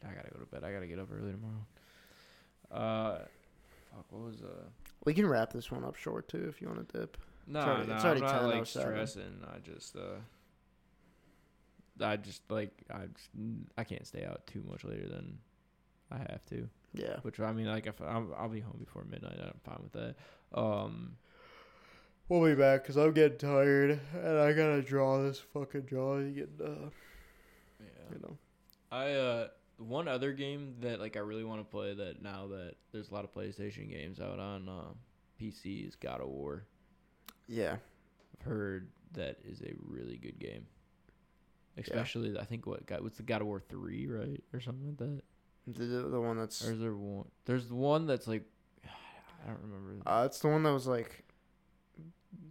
Speaker 2: Dude, I gotta go to bed. I gotta get up early tomorrow. Uh, fuck. What was uh?
Speaker 1: We can wrap this one up short too if you want to dip.
Speaker 2: No,
Speaker 1: already-
Speaker 2: no,
Speaker 1: it's already
Speaker 2: I'm not like
Speaker 1: 10:07.
Speaker 2: stressing. I just uh. I just like I just, I can't stay out too much later than I have to.
Speaker 1: Yeah.
Speaker 2: Which I mean, like if I'm, I'll be home before midnight, I'm fine with that. Um,
Speaker 1: We'll be back because I'm getting tired and I gotta draw this fucking drawing and uh,
Speaker 2: yeah.
Speaker 1: you know.
Speaker 2: I uh one other game that like I really want to play that now that there's a lot of PlayStation games out on uh, PC is God of War.
Speaker 1: Yeah.
Speaker 2: I've heard that is a really good game. Especially I think what got what's the God of War three right or something like that.
Speaker 1: The, the one that's
Speaker 2: Or is there one? There's the one that's like [sighs] I don't remember.
Speaker 1: uh, it's the one that was like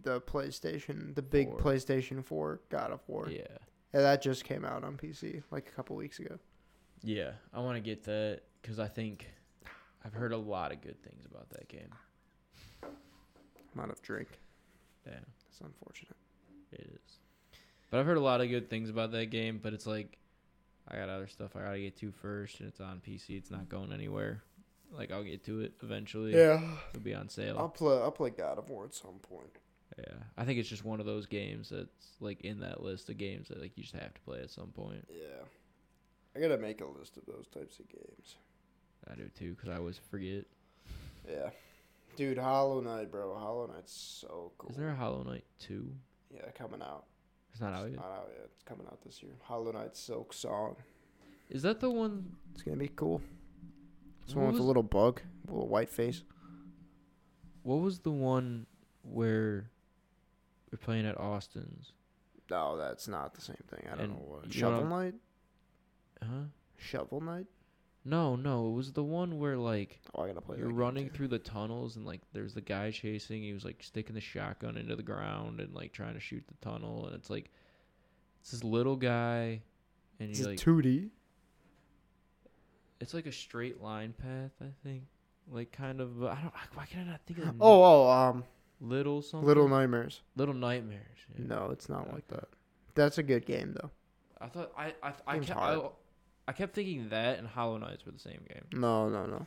Speaker 1: the PlayStation, the big
Speaker 2: Four.
Speaker 1: PlayStation Four God of War.
Speaker 2: yeah,
Speaker 1: And that just came out on PC like a couple weeks ago.
Speaker 2: yeah. I want to get that because I think I've heard a lot of good things about that game.
Speaker 1: I'm out of drink.
Speaker 2: Damn.
Speaker 1: That's unfortunate.
Speaker 2: It is. But I've heard a lot of good things about that game, but it's like I got other stuff I gotta get to first and it's on PC, it's not going anywhere. Like I'll get to it eventually.
Speaker 1: Yeah. Um,
Speaker 2: It'll be on sale.
Speaker 1: I'll play. I'll play God of War at some point.
Speaker 2: Yeah. I think it's just one of those games that's like in that list of games that like you just have to play at some point.
Speaker 1: Yeah. I gotta make a list of those types of games.
Speaker 2: I do too, because I always forget.
Speaker 1: Yeah. Dude, Hollow Knight, bro. Hollow Knight's so cool.
Speaker 2: Is there a Hollow Knight two?
Speaker 1: Yeah, coming out.
Speaker 2: It's not out
Speaker 1: It's
Speaker 2: yet.
Speaker 1: not out yet. It's coming out this year. Hollow Knight Silk Song.
Speaker 2: Is that the one
Speaker 1: It's gonna be cool. It's the
Speaker 2: What
Speaker 1: one with a
Speaker 2: was-
Speaker 1: little bug, a little white face.
Speaker 2: what was the one where we're playing at Austin's?
Speaker 1: No, that's not the same thing. I don't
Speaker 2: And
Speaker 1: know what.
Speaker 2: you know
Speaker 1: Shovel
Speaker 2: what
Speaker 1: Knight.
Speaker 2: Huh?
Speaker 1: Shovel Knight.
Speaker 2: Uh-huh. No, no, it was the one where like
Speaker 1: Oh, I gotta play.
Speaker 2: You're
Speaker 1: that game
Speaker 2: running
Speaker 1: too.
Speaker 2: through the tunnels and like there's the guy chasing. He was like sticking the shotgun into the ground and like trying to shoot the tunnel. And it's like it's this little guy, and
Speaker 1: It's
Speaker 2: you
Speaker 1: a
Speaker 2: like
Speaker 1: 2D.
Speaker 2: it's like a straight line path. I think like kind of. I don't. Why can I not think of the
Speaker 1: Oh, oh, um,
Speaker 2: name? little Mm. something.
Speaker 1: Little Nightmares.
Speaker 2: little nightmares. yeah.
Speaker 1: No, it's not like
Speaker 2: Okay.
Speaker 1: that. That's a good game though.
Speaker 2: I thought I I I
Speaker 1: Game's
Speaker 2: kept, I,
Speaker 1: hard.
Speaker 2: I kept thinking that and Hollow Knights were the same game.
Speaker 1: No, no, no.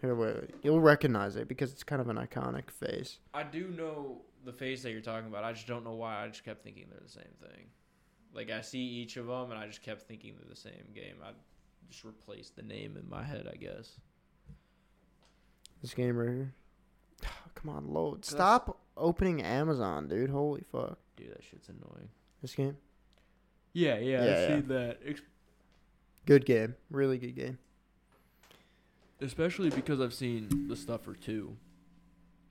Speaker 1: Here, wait, wait. You'll recognize it because it's kind of an iconic face.
Speaker 2: I do know the face that you're talking about. I just don't know why. I just kept thinking they're the same thing. Like I see each of them, and I just kept thinking they're the same game. I just replaced the name in my head, I guess.
Speaker 1: This game right here. [sighs] Come on, load.
Speaker 2: That's-
Speaker 1: Stop opening Amazon, dude. Holy fuck.
Speaker 2: Dude, that shit's annoying.
Speaker 1: This game.
Speaker 2: Yeah, yeah,
Speaker 1: I Yeah, see yeah.
Speaker 2: that.
Speaker 1: Good game. Really good game.
Speaker 2: Especially because I've seen the stuff for two.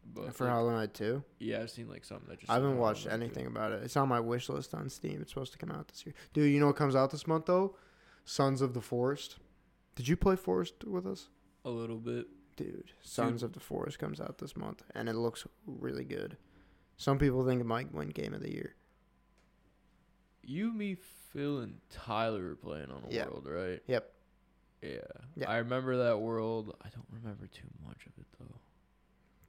Speaker 2: But
Speaker 1: For Hollow Knight 2.
Speaker 2: yeah, I've seen like something that just.
Speaker 1: I haven't watched anything about it. It's on my wish list on Steam. It's supposed to come out this year. Dude, you know what comes out this month, though? Sons of the Forest. Did you play Forest with us?
Speaker 2: A little bit.
Speaker 1: Dude, Sons of the Forest comes out this month, and it looks really good. Some people think it might win Game of the Year.
Speaker 2: You, me, Phil, and Tyler were playing on a
Speaker 1: Yeah.
Speaker 2: world, right?
Speaker 1: Yep.
Speaker 2: Yeah.
Speaker 1: Yeah.
Speaker 2: I remember that world. I don't remember too much of it though.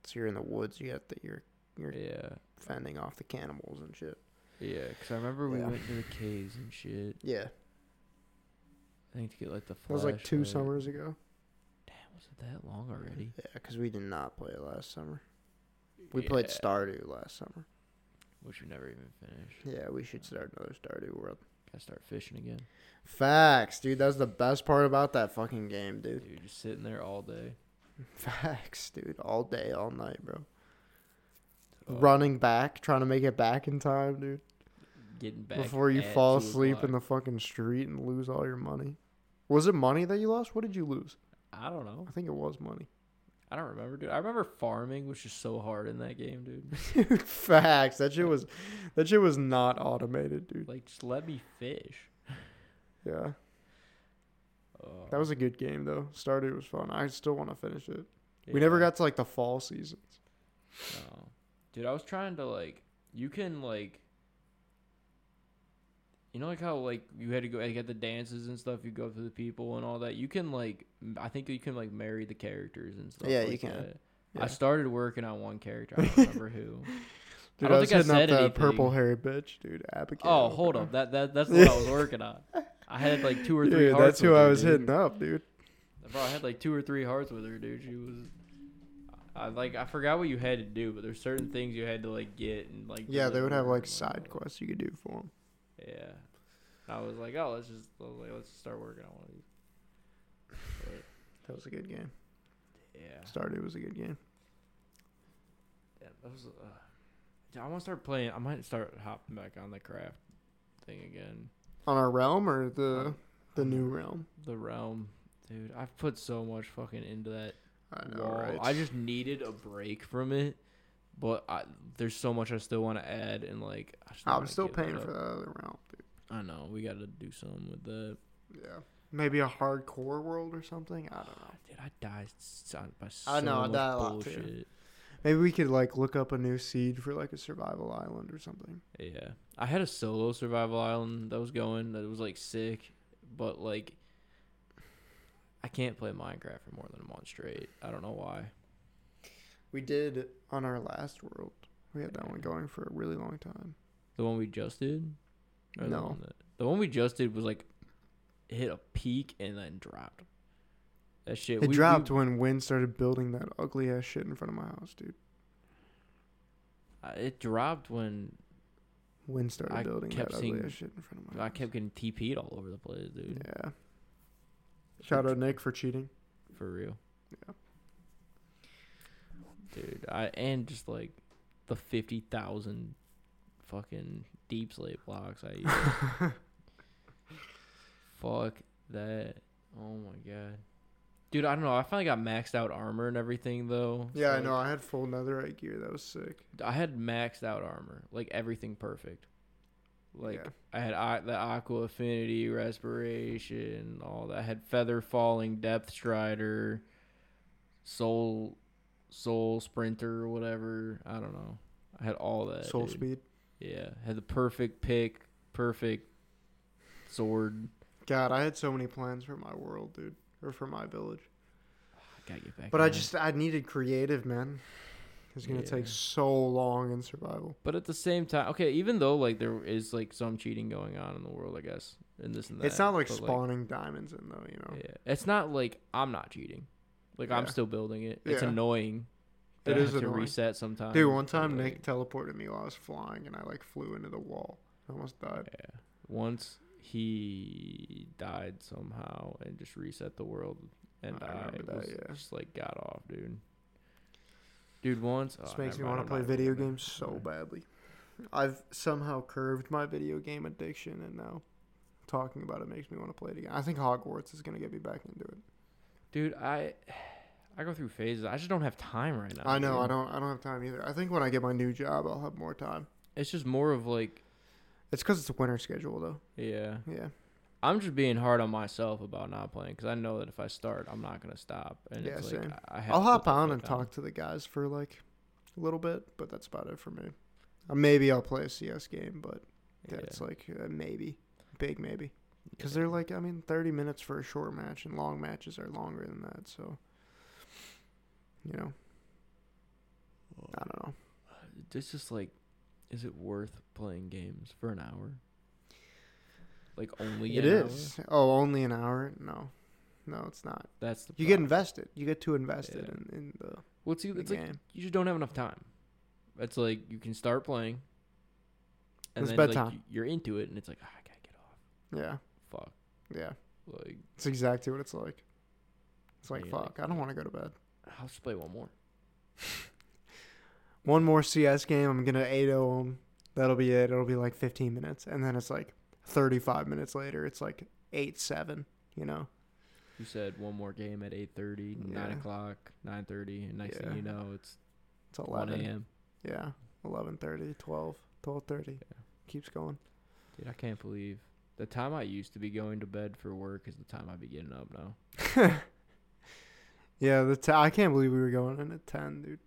Speaker 1: So you're in the woods. You got the you're
Speaker 2: Yeah.
Speaker 1: fending off the cannibals and shit.
Speaker 2: Yeah, 'cause I remember we
Speaker 1: Yeah.
Speaker 2: went to the caves and shit.
Speaker 1: Yeah,
Speaker 2: I think to get like the
Speaker 1: that was like two
Speaker 2: flashlight.
Speaker 1: summers ago.
Speaker 2: Was it that long already?
Speaker 1: Yeah, because we did not play it last summer. We played
Speaker 2: Yeah,
Speaker 1: Stardew last summer.
Speaker 2: which we never even finished.
Speaker 1: Yeah, we should start another Stardew World.
Speaker 2: Gotta start fishing again,
Speaker 1: Facts, dude. That's the best part about that fucking game, dude. [laughs]
Speaker 2: dude. Just sitting there all day.
Speaker 1: Facts, dude. All day, all night, bro.
Speaker 2: Oh,
Speaker 1: Running back, trying to make it back in time, dude.
Speaker 2: getting back
Speaker 1: before you
Speaker 2: at
Speaker 1: fall
Speaker 2: two
Speaker 1: asleep in
Speaker 2: o'clock.
Speaker 1: the fucking street and lose all your money. Was it money that you lost? What did you lose?
Speaker 2: I don't know.
Speaker 1: I think it was money. [laughs]
Speaker 2: I don't remember, dude. I remember farming, which is so hard in that game, dude.
Speaker 1: Dude, facts. That shit was that shit was not automated, dude.
Speaker 2: like, just let me
Speaker 1: [laughs]
Speaker 2: fish.
Speaker 1: Yeah.
Speaker 2: Oh,
Speaker 1: That was a good game though. Stardew was fun. I still want to finish it. We never got to like the fall season.
Speaker 2: No. Dude, I was trying to like you can like you know like how like you had to go like at the dances and stuff you go through the people and all that. You can like m- I think you can like marry the characters and stuff.
Speaker 1: Yeah, you
Speaker 2: like
Speaker 1: can.
Speaker 2: that.
Speaker 1: Yeah.
Speaker 2: I started working on one character. I don't
Speaker 1: [laughs]
Speaker 2: remember who.
Speaker 1: Dude, I,
Speaker 2: don't
Speaker 1: was
Speaker 2: think I
Speaker 1: hitting up
Speaker 2: said
Speaker 1: that
Speaker 2: anything.
Speaker 1: purple hair bitch, dude. Abigail.
Speaker 2: oh, hold
Speaker 1: bro.
Speaker 2: up. That that that's what I was working on. I had like two or three
Speaker 1: Dude,
Speaker 2: hearts.
Speaker 1: that's who
Speaker 2: with
Speaker 1: I
Speaker 2: her,
Speaker 1: was
Speaker 2: dude.
Speaker 1: hitting up, dude.
Speaker 2: Bro, I had like two or three hearts with her, dude. She was I like I forgot what you had to do, but there's certain things you had to like get and like
Speaker 1: Yeah, they would have
Speaker 2: deliver
Speaker 1: like
Speaker 2: and
Speaker 1: side
Speaker 2: whatnot.
Speaker 1: quests you could do for them.
Speaker 2: Yeah. I was like, oh, let's just I was like, let's just start working on one of these. But
Speaker 1: That was a good game.
Speaker 2: Yeah.
Speaker 1: Started was a good game.
Speaker 2: Yeah, that was. Uh, dude, I want to start playing. I might start hopping back on the craft thing again.
Speaker 1: On our realm or the
Speaker 2: On-
Speaker 1: the
Speaker 2: on
Speaker 1: new
Speaker 2: our-
Speaker 1: realm?
Speaker 2: The realm, dude. I've put so much fucking into that.
Speaker 1: I
Speaker 2: wall. I just needed a break from it, but I, there's so much I still want to add and like. I just
Speaker 1: I'm
Speaker 2: wanna
Speaker 1: still
Speaker 2: get it
Speaker 1: paying
Speaker 2: up.
Speaker 1: for the other realm, dude.
Speaker 2: I know we got to do something with that.
Speaker 1: Yeah. Maybe a hardcore world or something. I don't know.
Speaker 2: Dude, I die s- on- by so
Speaker 1: I know, I
Speaker 2: much
Speaker 1: die a lot, too.
Speaker 2: bullshit.
Speaker 1: Maybe we could like look up a new seed for like a survival island or something.
Speaker 2: Yeah, I had a solo survival island that was going that was like sick, but like I can't play Minecraft for more than a month straight. I don't know why.
Speaker 1: We did on our last world. We had that one
Speaker 2: Yeah.
Speaker 1: going for a really long time.
Speaker 2: The one we just did, Or the
Speaker 1: No.
Speaker 2: one that- the one we just did was like hit a peak and then dropped. That shit.
Speaker 1: It
Speaker 2: we- we-
Speaker 1: dropped when Wynn started building that ugly ass shit in front of my house, dude.
Speaker 2: uh, it dropped when
Speaker 1: Wynn started
Speaker 2: I
Speaker 1: building
Speaker 2: kept
Speaker 1: that ugly
Speaker 2: seeing-
Speaker 1: ass shit in front of my
Speaker 2: I
Speaker 1: house.
Speaker 2: kept getting TP'd all over the place, dude.
Speaker 1: Yeah. Shout out Nick for cheating.
Speaker 2: For real.
Speaker 1: Yeah.
Speaker 2: Dude, I and just like the fifty thousand fucking deep slate blocks I
Speaker 1: [laughs]
Speaker 2: used. Fuck that. Oh my god. Dude, I don't know. I finally got maxed out armor and everything though.
Speaker 1: Yeah, I
Speaker 2: Like,
Speaker 1: know. I had full netherite gear. That was sick.
Speaker 2: I had maxed out armor. Like everything perfect. Like
Speaker 1: Yeah.
Speaker 2: I had a- the aqua affinity, respiration, all that. I had feather falling, depth strider, soul, soul sprinter, or whatever. I don't know. I had all that.
Speaker 1: soul
Speaker 2: uh, dude.
Speaker 1: speed.
Speaker 2: Yeah, had the perfect pick, perfect sword.
Speaker 1: God, I had so many plans for my world, dude, or for my village.
Speaker 2: gotta get back.
Speaker 1: But I
Speaker 2: on it.
Speaker 1: just I needed creative, man. It's gonna take
Speaker 2: Yeah.
Speaker 1: so long in survival.
Speaker 2: But at the same time, okay, even though like there is like some cheating going on in the world, I guess, and this and that.
Speaker 1: it's not like
Speaker 2: but,
Speaker 1: spawning diamonds in though, you know.
Speaker 2: Yeah, it's not like I'm not cheating. Like I'm
Speaker 1: Oh. Yeah.
Speaker 2: still building it. It's
Speaker 1: Yeah.
Speaker 2: annoying.
Speaker 1: It
Speaker 2: That I
Speaker 1: is
Speaker 2: have to
Speaker 1: annoying.
Speaker 2: reset sometimes.
Speaker 1: Dude, one time
Speaker 2: but,
Speaker 1: Nick teleported me while I was flying, and I like flew into the wall. I almost died.
Speaker 2: like, yeah. Once he died somehow and just reset the world, and
Speaker 1: I
Speaker 2: I,
Speaker 1: remember that,
Speaker 2: was
Speaker 1: yeah.
Speaker 2: just like got off, dude. Dude, once
Speaker 1: This
Speaker 2: oh,
Speaker 1: makes
Speaker 2: never
Speaker 1: me want to
Speaker 2: mind,
Speaker 1: play
Speaker 2: I'm not
Speaker 1: video
Speaker 2: remembering.
Speaker 1: games so
Speaker 2: Never mind.
Speaker 1: badly. I've somehow curved my video game addiction, and now talking about it makes me want to play it again. I think Hogwarts is gonna get me back into it.
Speaker 2: Dude, I [sighs] I go through phases. I just don't have time right now.
Speaker 1: I know.
Speaker 2: dude.
Speaker 1: I don't. I don't have time either. I think when I get my new job, I'll have more time.
Speaker 2: It's just more of like,
Speaker 1: It's because it's a winter schedule, though.
Speaker 2: yeah.
Speaker 1: Yeah.
Speaker 2: I'm just being hard on myself about not playing because I know that if I start, I'm not gonna stop. And
Speaker 1: Yeah,
Speaker 2: it's like,
Speaker 1: same.
Speaker 2: I I have
Speaker 1: I'll
Speaker 2: to put
Speaker 1: hop
Speaker 2: the
Speaker 1: on
Speaker 2: foot
Speaker 1: and
Speaker 2: down.
Speaker 1: talk to the guys for like a little bit, but that's about it for me. Uh, maybe I'll play a CS game, but that's like a maybe, big maybe, because they're like I mean, thirty minutes for a short match, and long matches are longer than that. So, you know, I don't know.
Speaker 2: it's just like, Uh, is it worth playing games for an hour? Like only
Speaker 1: It
Speaker 2: an hour?
Speaker 1: is. Oh, only an hour? No, no, it's not.
Speaker 2: That's the
Speaker 1: You get
Speaker 2: problem.
Speaker 1: invested. You get too invested
Speaker 2: Yeah.
Speaker 1: in, in the,
Speaker 2: Well, it's,
Speaker 1: the
Speaker 2: it's like
Speaker 1: game.
Speaker 2: you just don't have enough time. It's like you can start playing, and
Speaker 1: It's
Speaker 2: then like
Speaker 1: bedtime.
Speaker 2: you- you're into it, and it's like "Ah, I gotta get off.
Speaker 1: yeah,
Speaker 2: Fuck.
Speaker 1: yeah.
Speaker 2: Like
Speaker 1: It's exactly what it's like. It's like
Speaker 2: Yeah, like-
Speaker 1: fuck. I don't want to go to bed.
Speaker 2: I'll just play one more.
Speaker 1: one more CS game. I'm gonna 8 0 them. That'll be it. It'll be like 15 minutes, and then it's like 35 minutes later. It's like eight seven. You know.
Speaker 2: You said one more game at 8.30, 9
Speaker 1: Yeah.
Speaker 2: o'clock, 9.30, and next
Speaker 1: Yeah.
Speaker 2: thing you know, it's
Speaker 1: It's
Speaker 2: 1
Speaker 1: 11.
Speaker 2: a.m.
Speaker 1: Yeah. 11:30, 12, 12:30.
Speaker 2: Yeah.
Speaker 1: Keeps going.
Speaker 2: Dude, I can't believe the time I used to be going to bed for work is the time I be getting up now.
Speaker 1: Yeah. The t- I can't believe we were going in at 10, dude.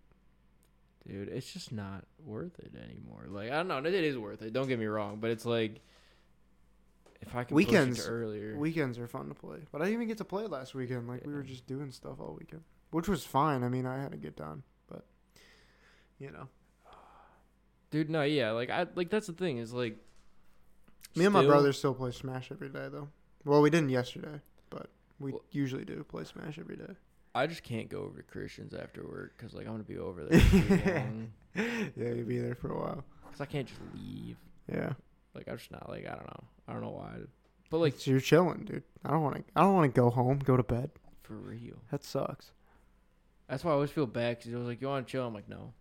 Speaker 2: Dude, it's just not worth it anymore. Like, I don't know. It is worth it. Don't get me wrong. But it's like, if I can push
Speaker 1: Weekends-
Speaker 2: it to earlier.
Speaker 1: Weekends are fun to play, but I didn't even get to play last weekend. Like we were
Speaker 2: Yeah.
Speaker 1: just doing stuff all weekend, which was fine. I mean, I had a good time, but you know,
Speaker 2: dude, no, yeah. Like, I like that's the thing is like.
Speaker 1: Me and my
Speaker 2: still-
Speaker 1: brother still play Smash every day, though. Well, we didn't yesterday, but we
Speaker 2: Well-
Speaker 1: usually do play Smash every
Speaker 2: [laughs]
Speaker 1: day.
Speaker 2: I just can't go over to Christian's after work because, like, I'm going to be over there for [laughs] too long.
Speaker 1: yeah, you'll be there for a while.
Speaker 2: Because I can't just leave.
Speaker 1: Yeah,
Speaker 2: Like, I'm just not, like, I don't know. I don't know why. But, like,
Speaker 1: It's- you're chilling, dude. I don't want to. I don't want to go home, go to bed.
Speaker 2: For real.
Speaker 1: That sucks.
Speaker 2: That's why I always feel bad because I was like, "You want to chill?" I'm like, "No."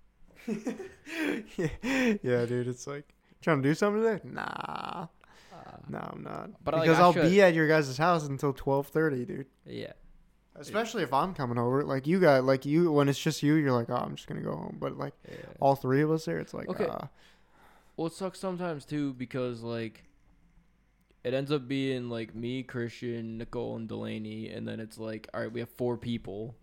Speaker 1: yeah, [laughs] yeah, dude. It's like trying to do something today. Nah,
Speaker 2: Uh,
Speaker 1: no, I'm not.
Speaker 2: But, like,
Speaker 1: because
Speaker 2: I
Speaker 1: I'll
Speaker 2: should-
Speaker 1: be at your guys' house until twelve thirty, dude.
Speaker 2: yeah.
Speaker 1: Especially if I'm coming over, like you got, like you when it's just you, you're like, oh, I'm just gonna go home. But like
Speaker 2: yeah.
Speaker 1: all three of us there, it's like,
Speaker 2: Okay.
Speaker 1: uh,
Speaker 2: Well, it sucks sometimes too because like it ends up being like me, Christian, Nicole, and Delaney, and then it's like, all right, we have four people.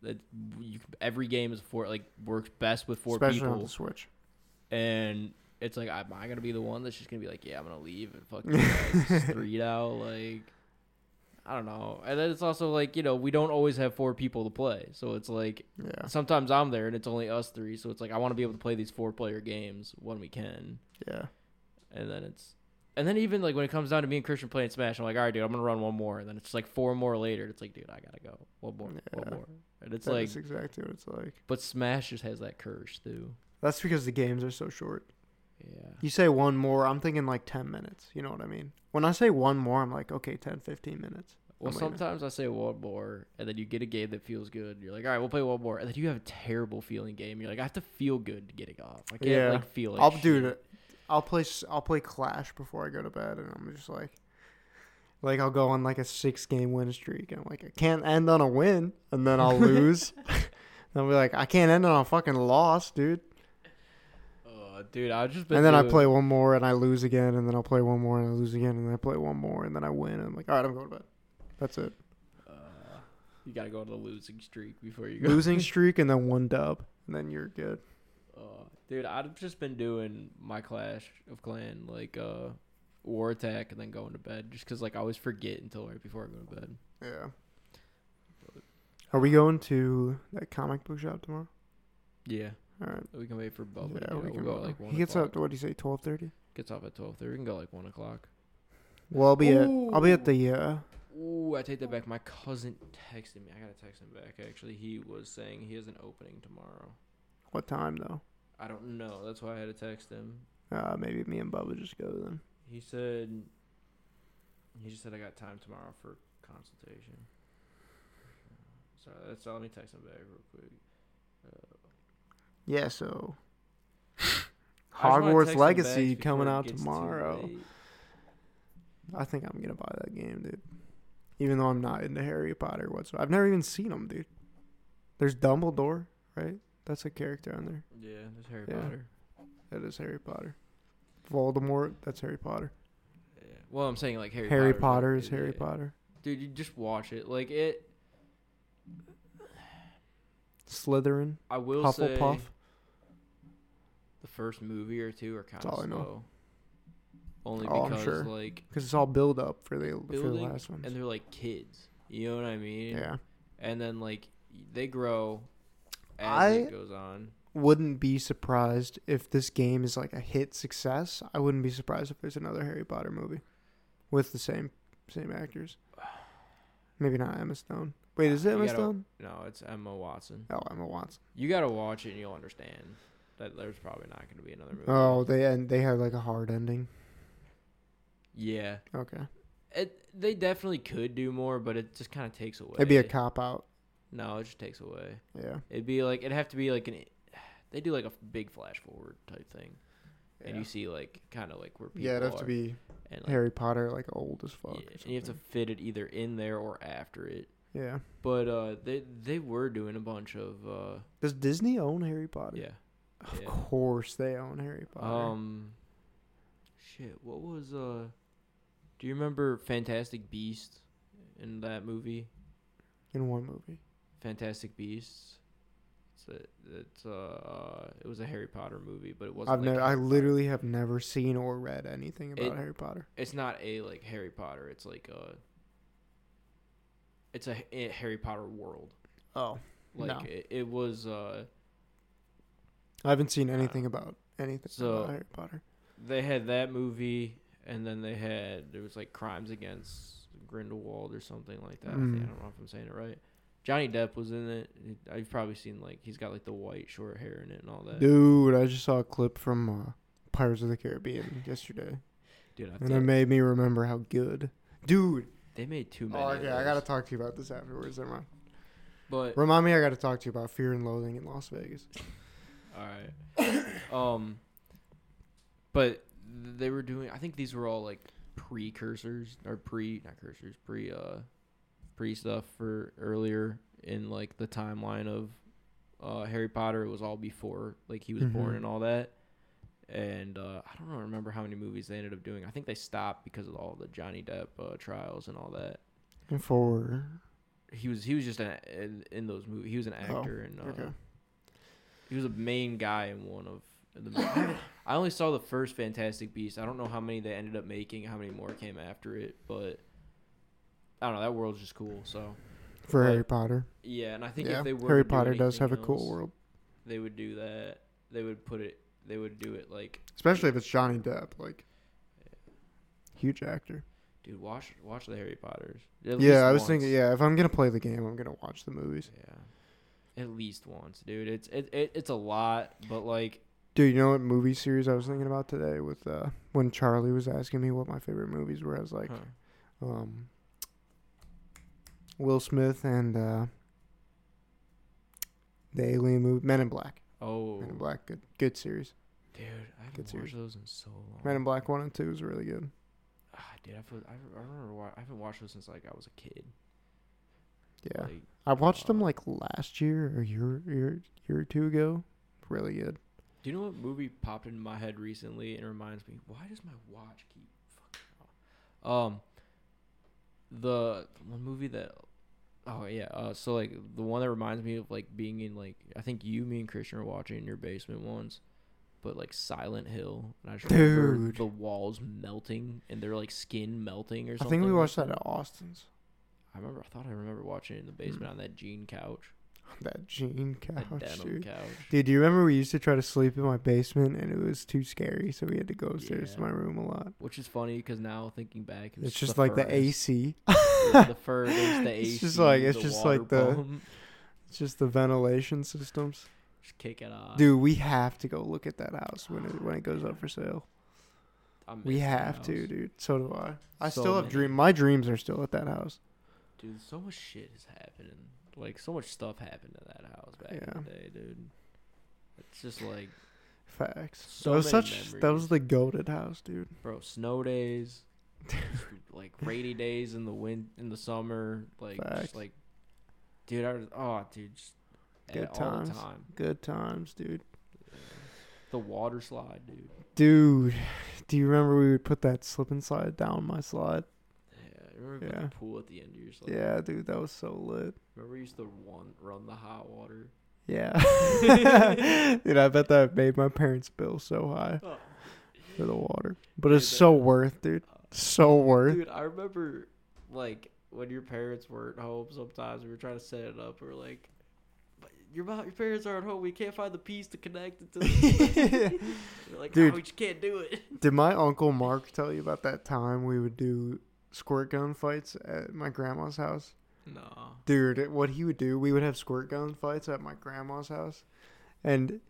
Speaker 2: That you, every game is four like works best with four
Speaker 1: especially on
Speaker 2: people,
Speaker 1: the Switch.
Speaker 2: and it's like, am I gonna be the one that's just gonna be like, yeah, I'm gonna leave and fucking like, street out like. I don't know. And then it's also like, you know, we don't always have four people to play. So it's like
Speaker 1: Yeah,
Speaker 2: sometimes I'm there and it's only us three. So it's like I want to be able to play these four player games when we can
Speaker 1: yeah,
Speaker 2: and then it's and then even like when it comes down to me and Christian playing Smash, I'm like, all right, dude, I'm gonna run one more, and then it's like four more later. and It's like, dude, I gotta go one more,
Speaker 1: Yeah.
Speaker 2: one more, and it's
Speaker 1: That
Speaker 2: like,
Speaker 1: is exactly what it's like.
Speaker 2: but Smash just has that curse too.
Speaker 1: That's because the games are so short.
Speaker 2: Yeah,
Speaker 1: You say one more, I'm thinking like 10 minutes. You know what I mean? When I say one more, I'm like, okay, 10, 15 minutes.
Speaker 2: well,
Speaker 1: I'm leaving.
Speaker 2: sometimes I say one more, and then you get a game that feels good. You're like, all right, we'll play one more, and then you have a terrible feeling game. You're like, I have to feel good getting off. I can't
Speaker 1: Yeah.
Speaker 2: like feel like
Speaker 1: I'll
Speaker 2: shit.
Speaker 1: do it. I'll play, s- I'll play Clash before I go to bed, and I'm just like, like I'll go on like a six game win streak, and I'm like, I can't end on a win, and then
Speaker 2: [laughs]
Speaker 1: I'll lose. [laughs] and I'll be like, I can't end on a fucking loss, dude.
Speaker 2: Uh, dude, I just been
Speaker 1: And then I
Speaker 2: doing-
Speaker 1: play one more, and I lose again, and then I'll play one more, and I lose again, and then I play one more, and then I win, and I'm like, all right, I'm going to bed. That's it.
Speaker 2: Uh, you gotta go on a losing streak before you
Speaker 1: [laughs]
Speaker 2: go.
Speaker 1: Losing
Speaker 2: [laughs]
Speaker 1: streak, and then one dub, and then you're good.
Speaker 2: Uh, dude, I've just been doing my Clash of Clan like uh, War Attack and then going to bed just because like I always forget until right before I go to bed.
Speaker 1: Yeah. Are we going to that comic book shop tomorrow?
Speaker 2: Yeah,
Speaker 1: All right.
Speaker 2: we can wait for Bubba.
Speaker 1: yeah,
Speaker 2: to
Speaker 1: we
Speaker 2: get-
Speaker 1: can.
Speaker 2: we'll go
Speaker 1: go.
Speaker 2: at, like one.
Speaker 1: he gets
Speaker 2: o'clock.
Speaker 1: up. What do you say? Twelve thirty.
Speaker 2: Gets off at twelve thirty. We can go like one o'clock.
Speaker 1: Well, I'll be at. I'll be at
Speaker 2: Ooh.
Speaker 1: the. Uh,
Speaker 2: Ooh, I take that back. My cousin texted me. I gotta text him back. Actually, he was saying he has an opening tomorrow.
Speaker 1: what time though?
Speaker 2: I don't know. That's why I had to text him.
Speaker 1: Uh, maybe me and Bubba just go then.
Speaker 2: He said. He just said I got time tomorrow for consultation. So that's all. Let me text him back real quick. Uh,
Speaker 1: Yeah. So.
Speaker 2: [sighs] I just wanna
Speaker 1: Hogwarts
Speaker 2: text him
Speaker 1: Legacy
Speaker 2: back before
Speaker 1: coming
Speaker 2: it
Speaker 1: out
Speaker 2: gets too
Speaker 1: tomorrow.
Speaker 2: late.
Speaker 1: I think I'm gonna buy that game, dude. Even though I'm not into Harry Potter whatsoever, I've never even seen them, dude. There's Dumbledore, right? That's a character on there.
Speaker 2: Yeah, there's Harry
Speaker 1: Yeah.
Speaker 2: Potter.
Speaker 1: That is Harry Potter. Voldemort. That's Harry Potter.
Speaker 2: Yeah. Well, I'm saying like Harry.
Speaker 1: Harry
Speaker 2: Potter's
Speaker 1: Potter
Speaker 2: like-
Speaker 1: is Harry
Speaker 2: yeah.
Speaker 1: Potter.
Speaker 2: Dude, you just watch it. Like it.
Speaker 1: Slytherin,
Speaker 2: I will say
Speaker 1: Hufflepuff.
Speaker 2: the first movie or two are kind
Speaker 1: all I
Speaker 2: of
Speaker 1: know.
Speaker 2: slow. Only
Speaker 1: Oh, I'm
Speaker 2: because
Speaker 1: sure.
Speaker 2: like
Speaker 1: Because it's all build up for the for the
Speaker 2: building,
Speaker 1: last ones.
Speaker 2: and they're like kids. You know what I mean?
Speaker 1: yeah,
Speaker 2: and then like they grow as
Speaker 1: I-
Speaker 2: it goes on.
Speaker 1: wouldn't be surprised if this game is like a hit success. I wouldn't be surprised if there's another Harry Potter movie with the same same
Speaker 2: [sighs]
Speaker 1: actors. Maybe not Emma Stone. Wait, is it
Speaker 2: You
Speaker 1: Emma
Speaker 2: gotta-
Speaker 1: Stone?
Speaker 2: No, it's Emma Watson.
Speaker 1: Oh, Emma Watson.
Speaker 2: You gotta watch it and you'll understand that there's probably not gonna be another movie.
Speaker 1: Oh, they and they had like a hard ending.
Speaker 2: yeah,
Speaker 1: Okay,
Speaker 2: it, they definitely could do more, but it just kind of takes away.
Speaker 1: it'd be a cop out.
Speaker 2: no, it just takes away.
Speaker 1: Yeah,
Speaker 2: It'd be like it'd have to be like an. They do like a big flash forward type thing, and
Speaker 1: yeah.
Speaker 2: you see like kind of like where people
Speaker 1: yeah, it'd have
Speaker 2: are,
Speaker 1: to be
Speaker 2: and, like,
Speaker 1: Harry Potter, like old as
Speaker 2: yeah,
Speaker 1: fuck. or
Speaker 2: and you have to
Speaker 1: something.
Speaker 2: fit it either in there or after it.
Speaker 1: yeah.
Speaker 2: But uh, they they were doing a bunch of uh,
Speaker 1: Does Disney own Harry Potter?
Speaker 2: yeah.
Speaker 1: Of
Speaker 2: Yeah.
Speaker 1: course they own Harry Potter.
Speaker 2: Um, shit. What was uh? Do you remember Fantastic Beasts in that movie?
Speaker 1: in one movie.
Speaker 2: Fantastic Beasts. It's a, it's uh, uh, it was a Harry Potter movie, but it wasn't.
Speaker 1: I've
Speaker 2: like
Speaker 1: never, I
Speaker 2: Harry Potter.
Speaker 1: literally have never seen or read anything about
Speaker 2: It-
Speaker 1: Harry Potter.
Speaker 2: It's not a like Harry Potter. It's like a. It's a, H- a Harry Potter world.
Speaker 1: Oh,
Speaker 2: Like
Speaker 1: No.
Speaker 2: it, it was uh,
Speaker 1: I haven't seen anything about anything
Speaker 2: So-
Speaker 1: about Harry Potter.
Speaker 2: they had that movie, and then they had there was like Crimes Against Grindelwald or something like that. I,
Speaker 1: Mm.
Speaker 2: think, I don't know if I'm saying it right. Johnny Depp was in it. He- I've probably seen like he's got like the white short hair in it and all that. Dude,
Speaker 1: Dude, I just saw a clip from uh, Pirates of the Caribbean yesterday,
Speaker 2: I have
Speaker 1: and
Speaker 2: to-
Speaker 1: it made me remember how good. Dude,
Speaker 2: They made too many.
Speaker 1: Oh,
Speaker 2: of
Speaker 1: okay. I gotta
Speaker 2: those.
Speaker 1: talk to you about this afterwards. Never mind.
Speaker 2: But
Speaker 1: Remind me, I gotta talk to you about Fear and Loathing in Las Vegas.
Speaker 2: All right. um, but they were doing. I think these were all like precursors or pre not cursors pre uh pre stuff for earlier in like the timeline of uh Harry Potter. It was all before like he was born
Speaker 1: Mhm.
Speaker 2: and all that. And uh, I don't know, remember how many movies they ended up doing. I think they stopped because of all the Johnny Depp uh, trials and all that.
Speaker 1: And for
Speaker 2: He was he was just an, in, in those movies. He was an
Speaker 1: Oh,
Speaker 2: actor and uh,
Speaker 1: okay,
Speaker 2: he was a main guy in one of the. I
Speaker 1: [laughs]
Speaker 2: haven't- I only saw the first Fantastic Beast. I don't know how many they ended up making, how many more came after it, but I don't know. That world's just cool. So
Speaker 1: for
Speaker 2: but-
Speaker 1: Harry Potter.
Speaker 2: yeah, and I think
Speaker 1: Yeah,
Speaker 2: if they were
Speaker 1: Harry
Speaker 2: to do
Speaker 1: Potter does
Speaker 2: anything
Speaker 1: have a cool
Speaker 2: else,
Speaker 1: world,
Speaker 2: They would do that. They would put it. They would do it like,
Speaker 1: especially if it's Johnny Depp, like huge actor.
Speaker 2: dude, watch watch the Harry Potter's. At least
Speaker 1: yeah, I was thinking.
Speaker 2: once.
Speaker 1: Yeah, if I'm gonna play the game, I'm gonna watch the movies.
Speaker 2: Yeah, at least once, dude. It's it, it it's a lot, but like
Speaker 1: Dude, you know what movie series I was thinking about today? With uh, when Charlie was asking me what my favorite movies were, I was like,
Speaker 2: huh.
Speaker 1: um, Will Smith and uh, the Alien movie, Men in Black.
Speaker 2: oh,
Speaker 1: Men in Black, good, good series.
Speaker 2: dude, I haven't
Speaker 1: Good
Speaker 2: watched
Speaker 1: series.
Speaker 2: those in so long.
Speaker 1: Men in Black one and two is really good.
Speaker 2: Ah, dude, I, feel, I, I remember why, I haven't watched those since like I was a kid.
Speaker 1: Yeah,
Speaker 2: Like,
Speaker 1: I watched them
Speaker 2: uh,
Speaker 1: like last year or year year year or two ago. Really good.
Speaker 2: do you know what movie popped into my head recently and reminds me? Why does my watch keep fucking off? Um, the, the one movie that, oh yeah, uh, so like the one that reminds me of like being in like I think you, me, and Christian were watching in your basement once, but like Silent Hill, and I just remember
Speaker 1: Dude.
Speaker 2: the walls melting and their like skin melting or
Speaker 1: I
Speaker 2: something.
Speaker 1: think we
Speaker 2: like
Speaker 1: watched that at Austin's. [laughs]
Speaker 2: I remember. I thought I remember watching it in the
Speaker 1: Mm.
Speaker 2: basement on that jean couch,
Speaker 1: That jean couch,
Speaker 2: that denim
Speaker 1: dude.
Speaker 2: couch.
Speaker 1: Dude, do you remember we used to try to sleep in my basement and it was too scary, so we had to go upstairs to
Speaker 2: Yeah.
Speaker 1: my room a lot.
Speaker 2: Which is funny because now thinking back, it was
Speaker 1: It's just like the
Speaker 2: furnace. [laughs]
Speaker 1: AC.
Speaker 2: Yeah,
Speaker 1: [laughs]
Speaker 2: the fur, there's the AC.
Speaker 1: It's just like- it's
Speaker 2: the
Speaker 1: just like
Speaker 2: water
Speaker 1: the-
Speaker 2: pump.
Speaker 1: It's just the ventilation systems.
Speaker 2: [laughs] Just kick it off.
Speaker 1: Dude, we have to go look at that house when it when it goes up for sale.
Speaker 2: I miss
Speaker 1: We
Speaker 2: that
Speaker 1: have to,
Speaker 2: house.
Speaker 1: dude. So do I. I
Speaker 2: So
Speaker 1: still have
Speaker 2: many.
Speaker 1: dream. My dreams are still at that house.
Speaker 2: Dude, so much shit is happening. Like so much stuff happened to that house back
Speaker 1: Yeah.
Speaker 2: in the day, dude. It's just like,
Speaker 1: Facts.
Speaker 2: So
Speaker 1: that was
Speaker 2: many
Speaker 1: such. That was
Speaker 2: memories.
Speaker 1: the goaded house, dude.
Speaker 2: bro,
Speaker 1: [laughs]
Speaker 2: snow days, just, like rainy days in the wind in the summer, like
Speaker 1: Facts.
Speaker 2: just like, dude, I was oh, dude, just
Speaker 1: Good
Speaker 2: at all the
Speaker 1: times.
Speaker 2: time.
Speaker 1: Good times, dude.
Speaker 2: The water slide, dude.
Speaker 1: Dude, [sighs] do you remember we would put that slip and slide down my slide?
Speaker 2: Yeah, I remember putting
Speaker 1: Yeah.
Speaker 2: the pool at the end of your slide.
Speaker 1: Yeah, dude, that was so lit.
Speaker 2: Remember we used to run run the hot water.
Speaker 1: Yeah. [laughs] dude, I bet that made my parents' bill so high
Speaker 2: Oh.
Speaker 1: for the water. But it's
Speaker 2: Dude, that-
Speaker 1: so worth, dude. So worth.
Speaker 2: Dude, I remember like when your parents weren't home. Sometimes we were trying to set it up. We were like, "But your mom, your parents aren't home. We can't find the piece to connect it to." The We're like,
Speaker 1: Dude.
Speaker 2: "No, we just can't do
Speaker 1: [laughs]
Speaker 2: it.
Speaker 1: Did my uncle Mark tell you about that time we would do squirt gun fights at my grandma's house?
Speaker 2: No.
Speaker 1: dude what he would do we would have squirt gun fights at my grandma's house and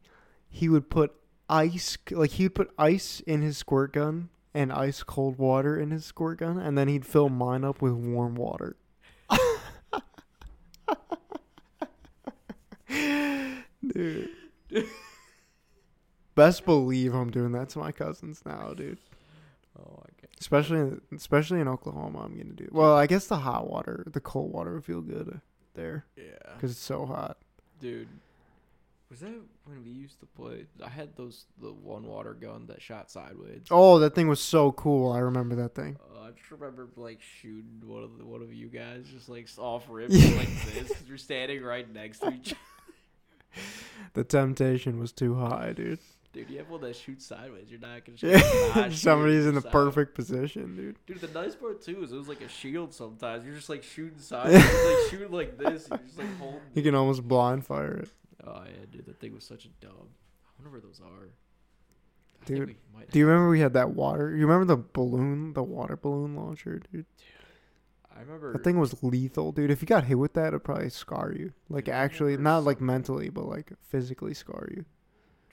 Speaker 1: he would put ice like he would put ice in his squirt gun and ice cold water in his squirt gun and then he'd fill mine up with warm water dude best believe i'm doing that to my cousins now dude
Speaker 2: Oh, I guess.
Speaker 1: Especially, in, especially in Oklahoma, I'm gonna do. Well, I guess the hot water, the cold water would feel good there
Speaker 2: Yeah.
Speaker 1: because it's so hot.
Speaker 2: Dude, was that when we used to play? I had those the one water gun that shot sideways.
Speaker 1: Oh, that thing was so cool. I remember that thing.
Speaker 2: Uh, I just remember like shooting one of the, one of you guys just like off rip
Speaker 1: Yeah.
Speaker 2: like this because you're standing right next to each.
Speaker 1: The temptation was too high, dude.
Speaker 2: Dude, you have one that shoots sideways. You're
Speaker 1: [laughs]
Speaker 2: not gonna.
Speaker 1: Yeah,
Speaker 2: Shoot, not shoot [laughs]
Speaker 1: Somebody's in the
Speaker 2: side-
Speaker 1: perfect position, dude.
Speaker 2: Dude, the nice part too is it was like a shield. Sometimes you're just
Speaker 1: [laughs]
Speaker 2: like shooting sideways, You're, like shooting like this. You're just like holding.
Speaker 1: You can almost blind fire it.
Speaker 2: Oh yeah, dude, that thing was such a dub. I wonder where those are. I
Speaker 1: Dude,
Speaker 2: think we might
Speaker 1: Do you remember we had that water? You remember the balloon, the water balloon launcher, dude?
Speaker 2: I remember.
Speaker 1: That thing was lethal, dude. If you got hit with that, it'd probably scar you. Like
Speaker 2: Dude, I
Speaker 1: actually,
Speaker 2: remember
Speaker 1: not like
Speaker 2: something.
Speaker 1: mentally, but like physically scar you.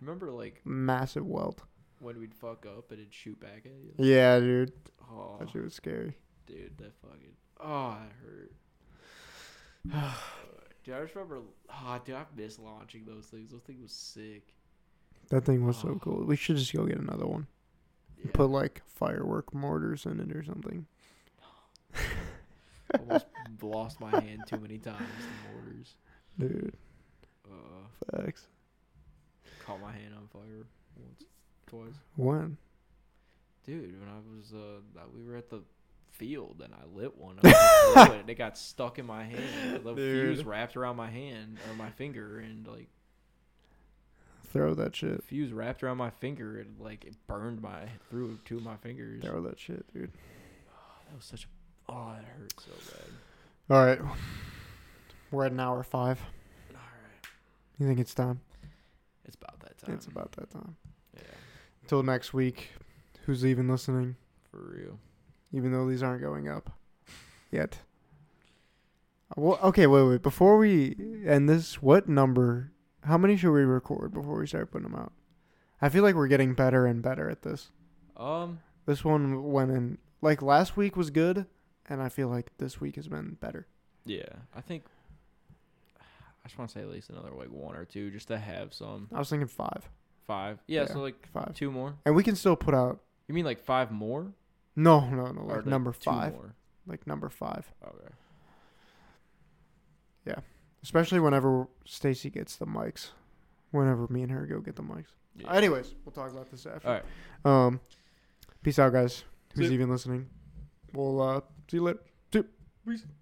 Speaker 2: Remember like
Speaker 1: Massive welt.
Speaker 2: when we'd fuck up and it'd shoot back at you.
Speaker 1: Yeah, dude.
Speaker 2: Oh,
Speaker 1: That shit was scary.
Speaker 2: dude, that fucking. Oh, it hurt. [sighs] dude, I just remember. Oh, dude, I miss launching those things. Those things was sick.
Speaker 1: That thing was
Speaker 2: Oh.
Speaker 1: so cool. We should just go get another one.
Speaker 2: Yeah,
Speaker 1: Put like firework mortars in it or something.
Speaker 2: almost lost my hand too many times. The mortars.
Speaker 1: Dude,
Speaker 2: Uh,
Speaker 1: facts.
Speaker 2: caught my hand on fire once, twice.
Speaker 1: When?
Speaker 2: Dude, when I was uh, we were at the field and I lit one. I was blew it, and it got stuck in my hand. The fuse
Speaker 1: Dude.
Speaker 2: wrapped around my hand or my finger, and like
Speaker 1: Throw that
Speaker 2: the
Speaker 1: shit.
Speaker 2: fuse wrapped around my finger and like it burned my through two of my fingers.
Speaker 1: Throw that shit, dude.
Speaker 2: That was such a oh, it hurt so bad.
Speaker 1: All right. We're at an hour five.
Speaker 2: All right,
Speaker 1: You think it's time?
Speaker 2: it's about that time.
Speaker 1: It's about that time.
Speaker 2: yeah,
Speaker 1: Until next week, who's even listening?
Speaker 2: for real.
Speaker 1: Even though these aren't going up yet. Uh, Well, okay, wait, wait. Before we end this, what number? How many should we record before we start putting them out? I feel like we're getting better and better at this.
Speaker 2: Um,
Speaker 1: This one went in like last week was good, and I feel like this week has been better.
Speaker 2: yeah, I think I just want to say at least another like one or two just to have some
Speaker 1: I was thinking five,
Speaker 2: five. Yeah,
Speaker 1: Yeah.
Speaker 2: so like
Speaker 1: five,
Speaker 2: two more.
Speaker 1: and we can still put out.
Speaker 2: You mean like five more?
Speaker 1: No, no, no,
Speaker 2: Or,
Speaker 1: like,
Speaker 2: like,
Speaker 1: number
Speaker 2: two
Speaker 1: five,
Speaker 2: more?
Speaker 1: like number five.
Speaker 2: Okay.
Speaker 1: Especially whenever Stacy gets the mics, whenever me and her go get the mics.
Speaker 2: Yeah.
Speaker 1: Anyways, we'll talk about this after.
Speaker 2: All right.
Speaker 1: Um, peace out, guys. Who's
Speaker 2: See ya.
Speaker 1: even listening? We'll uh, see you later. Two. Peace.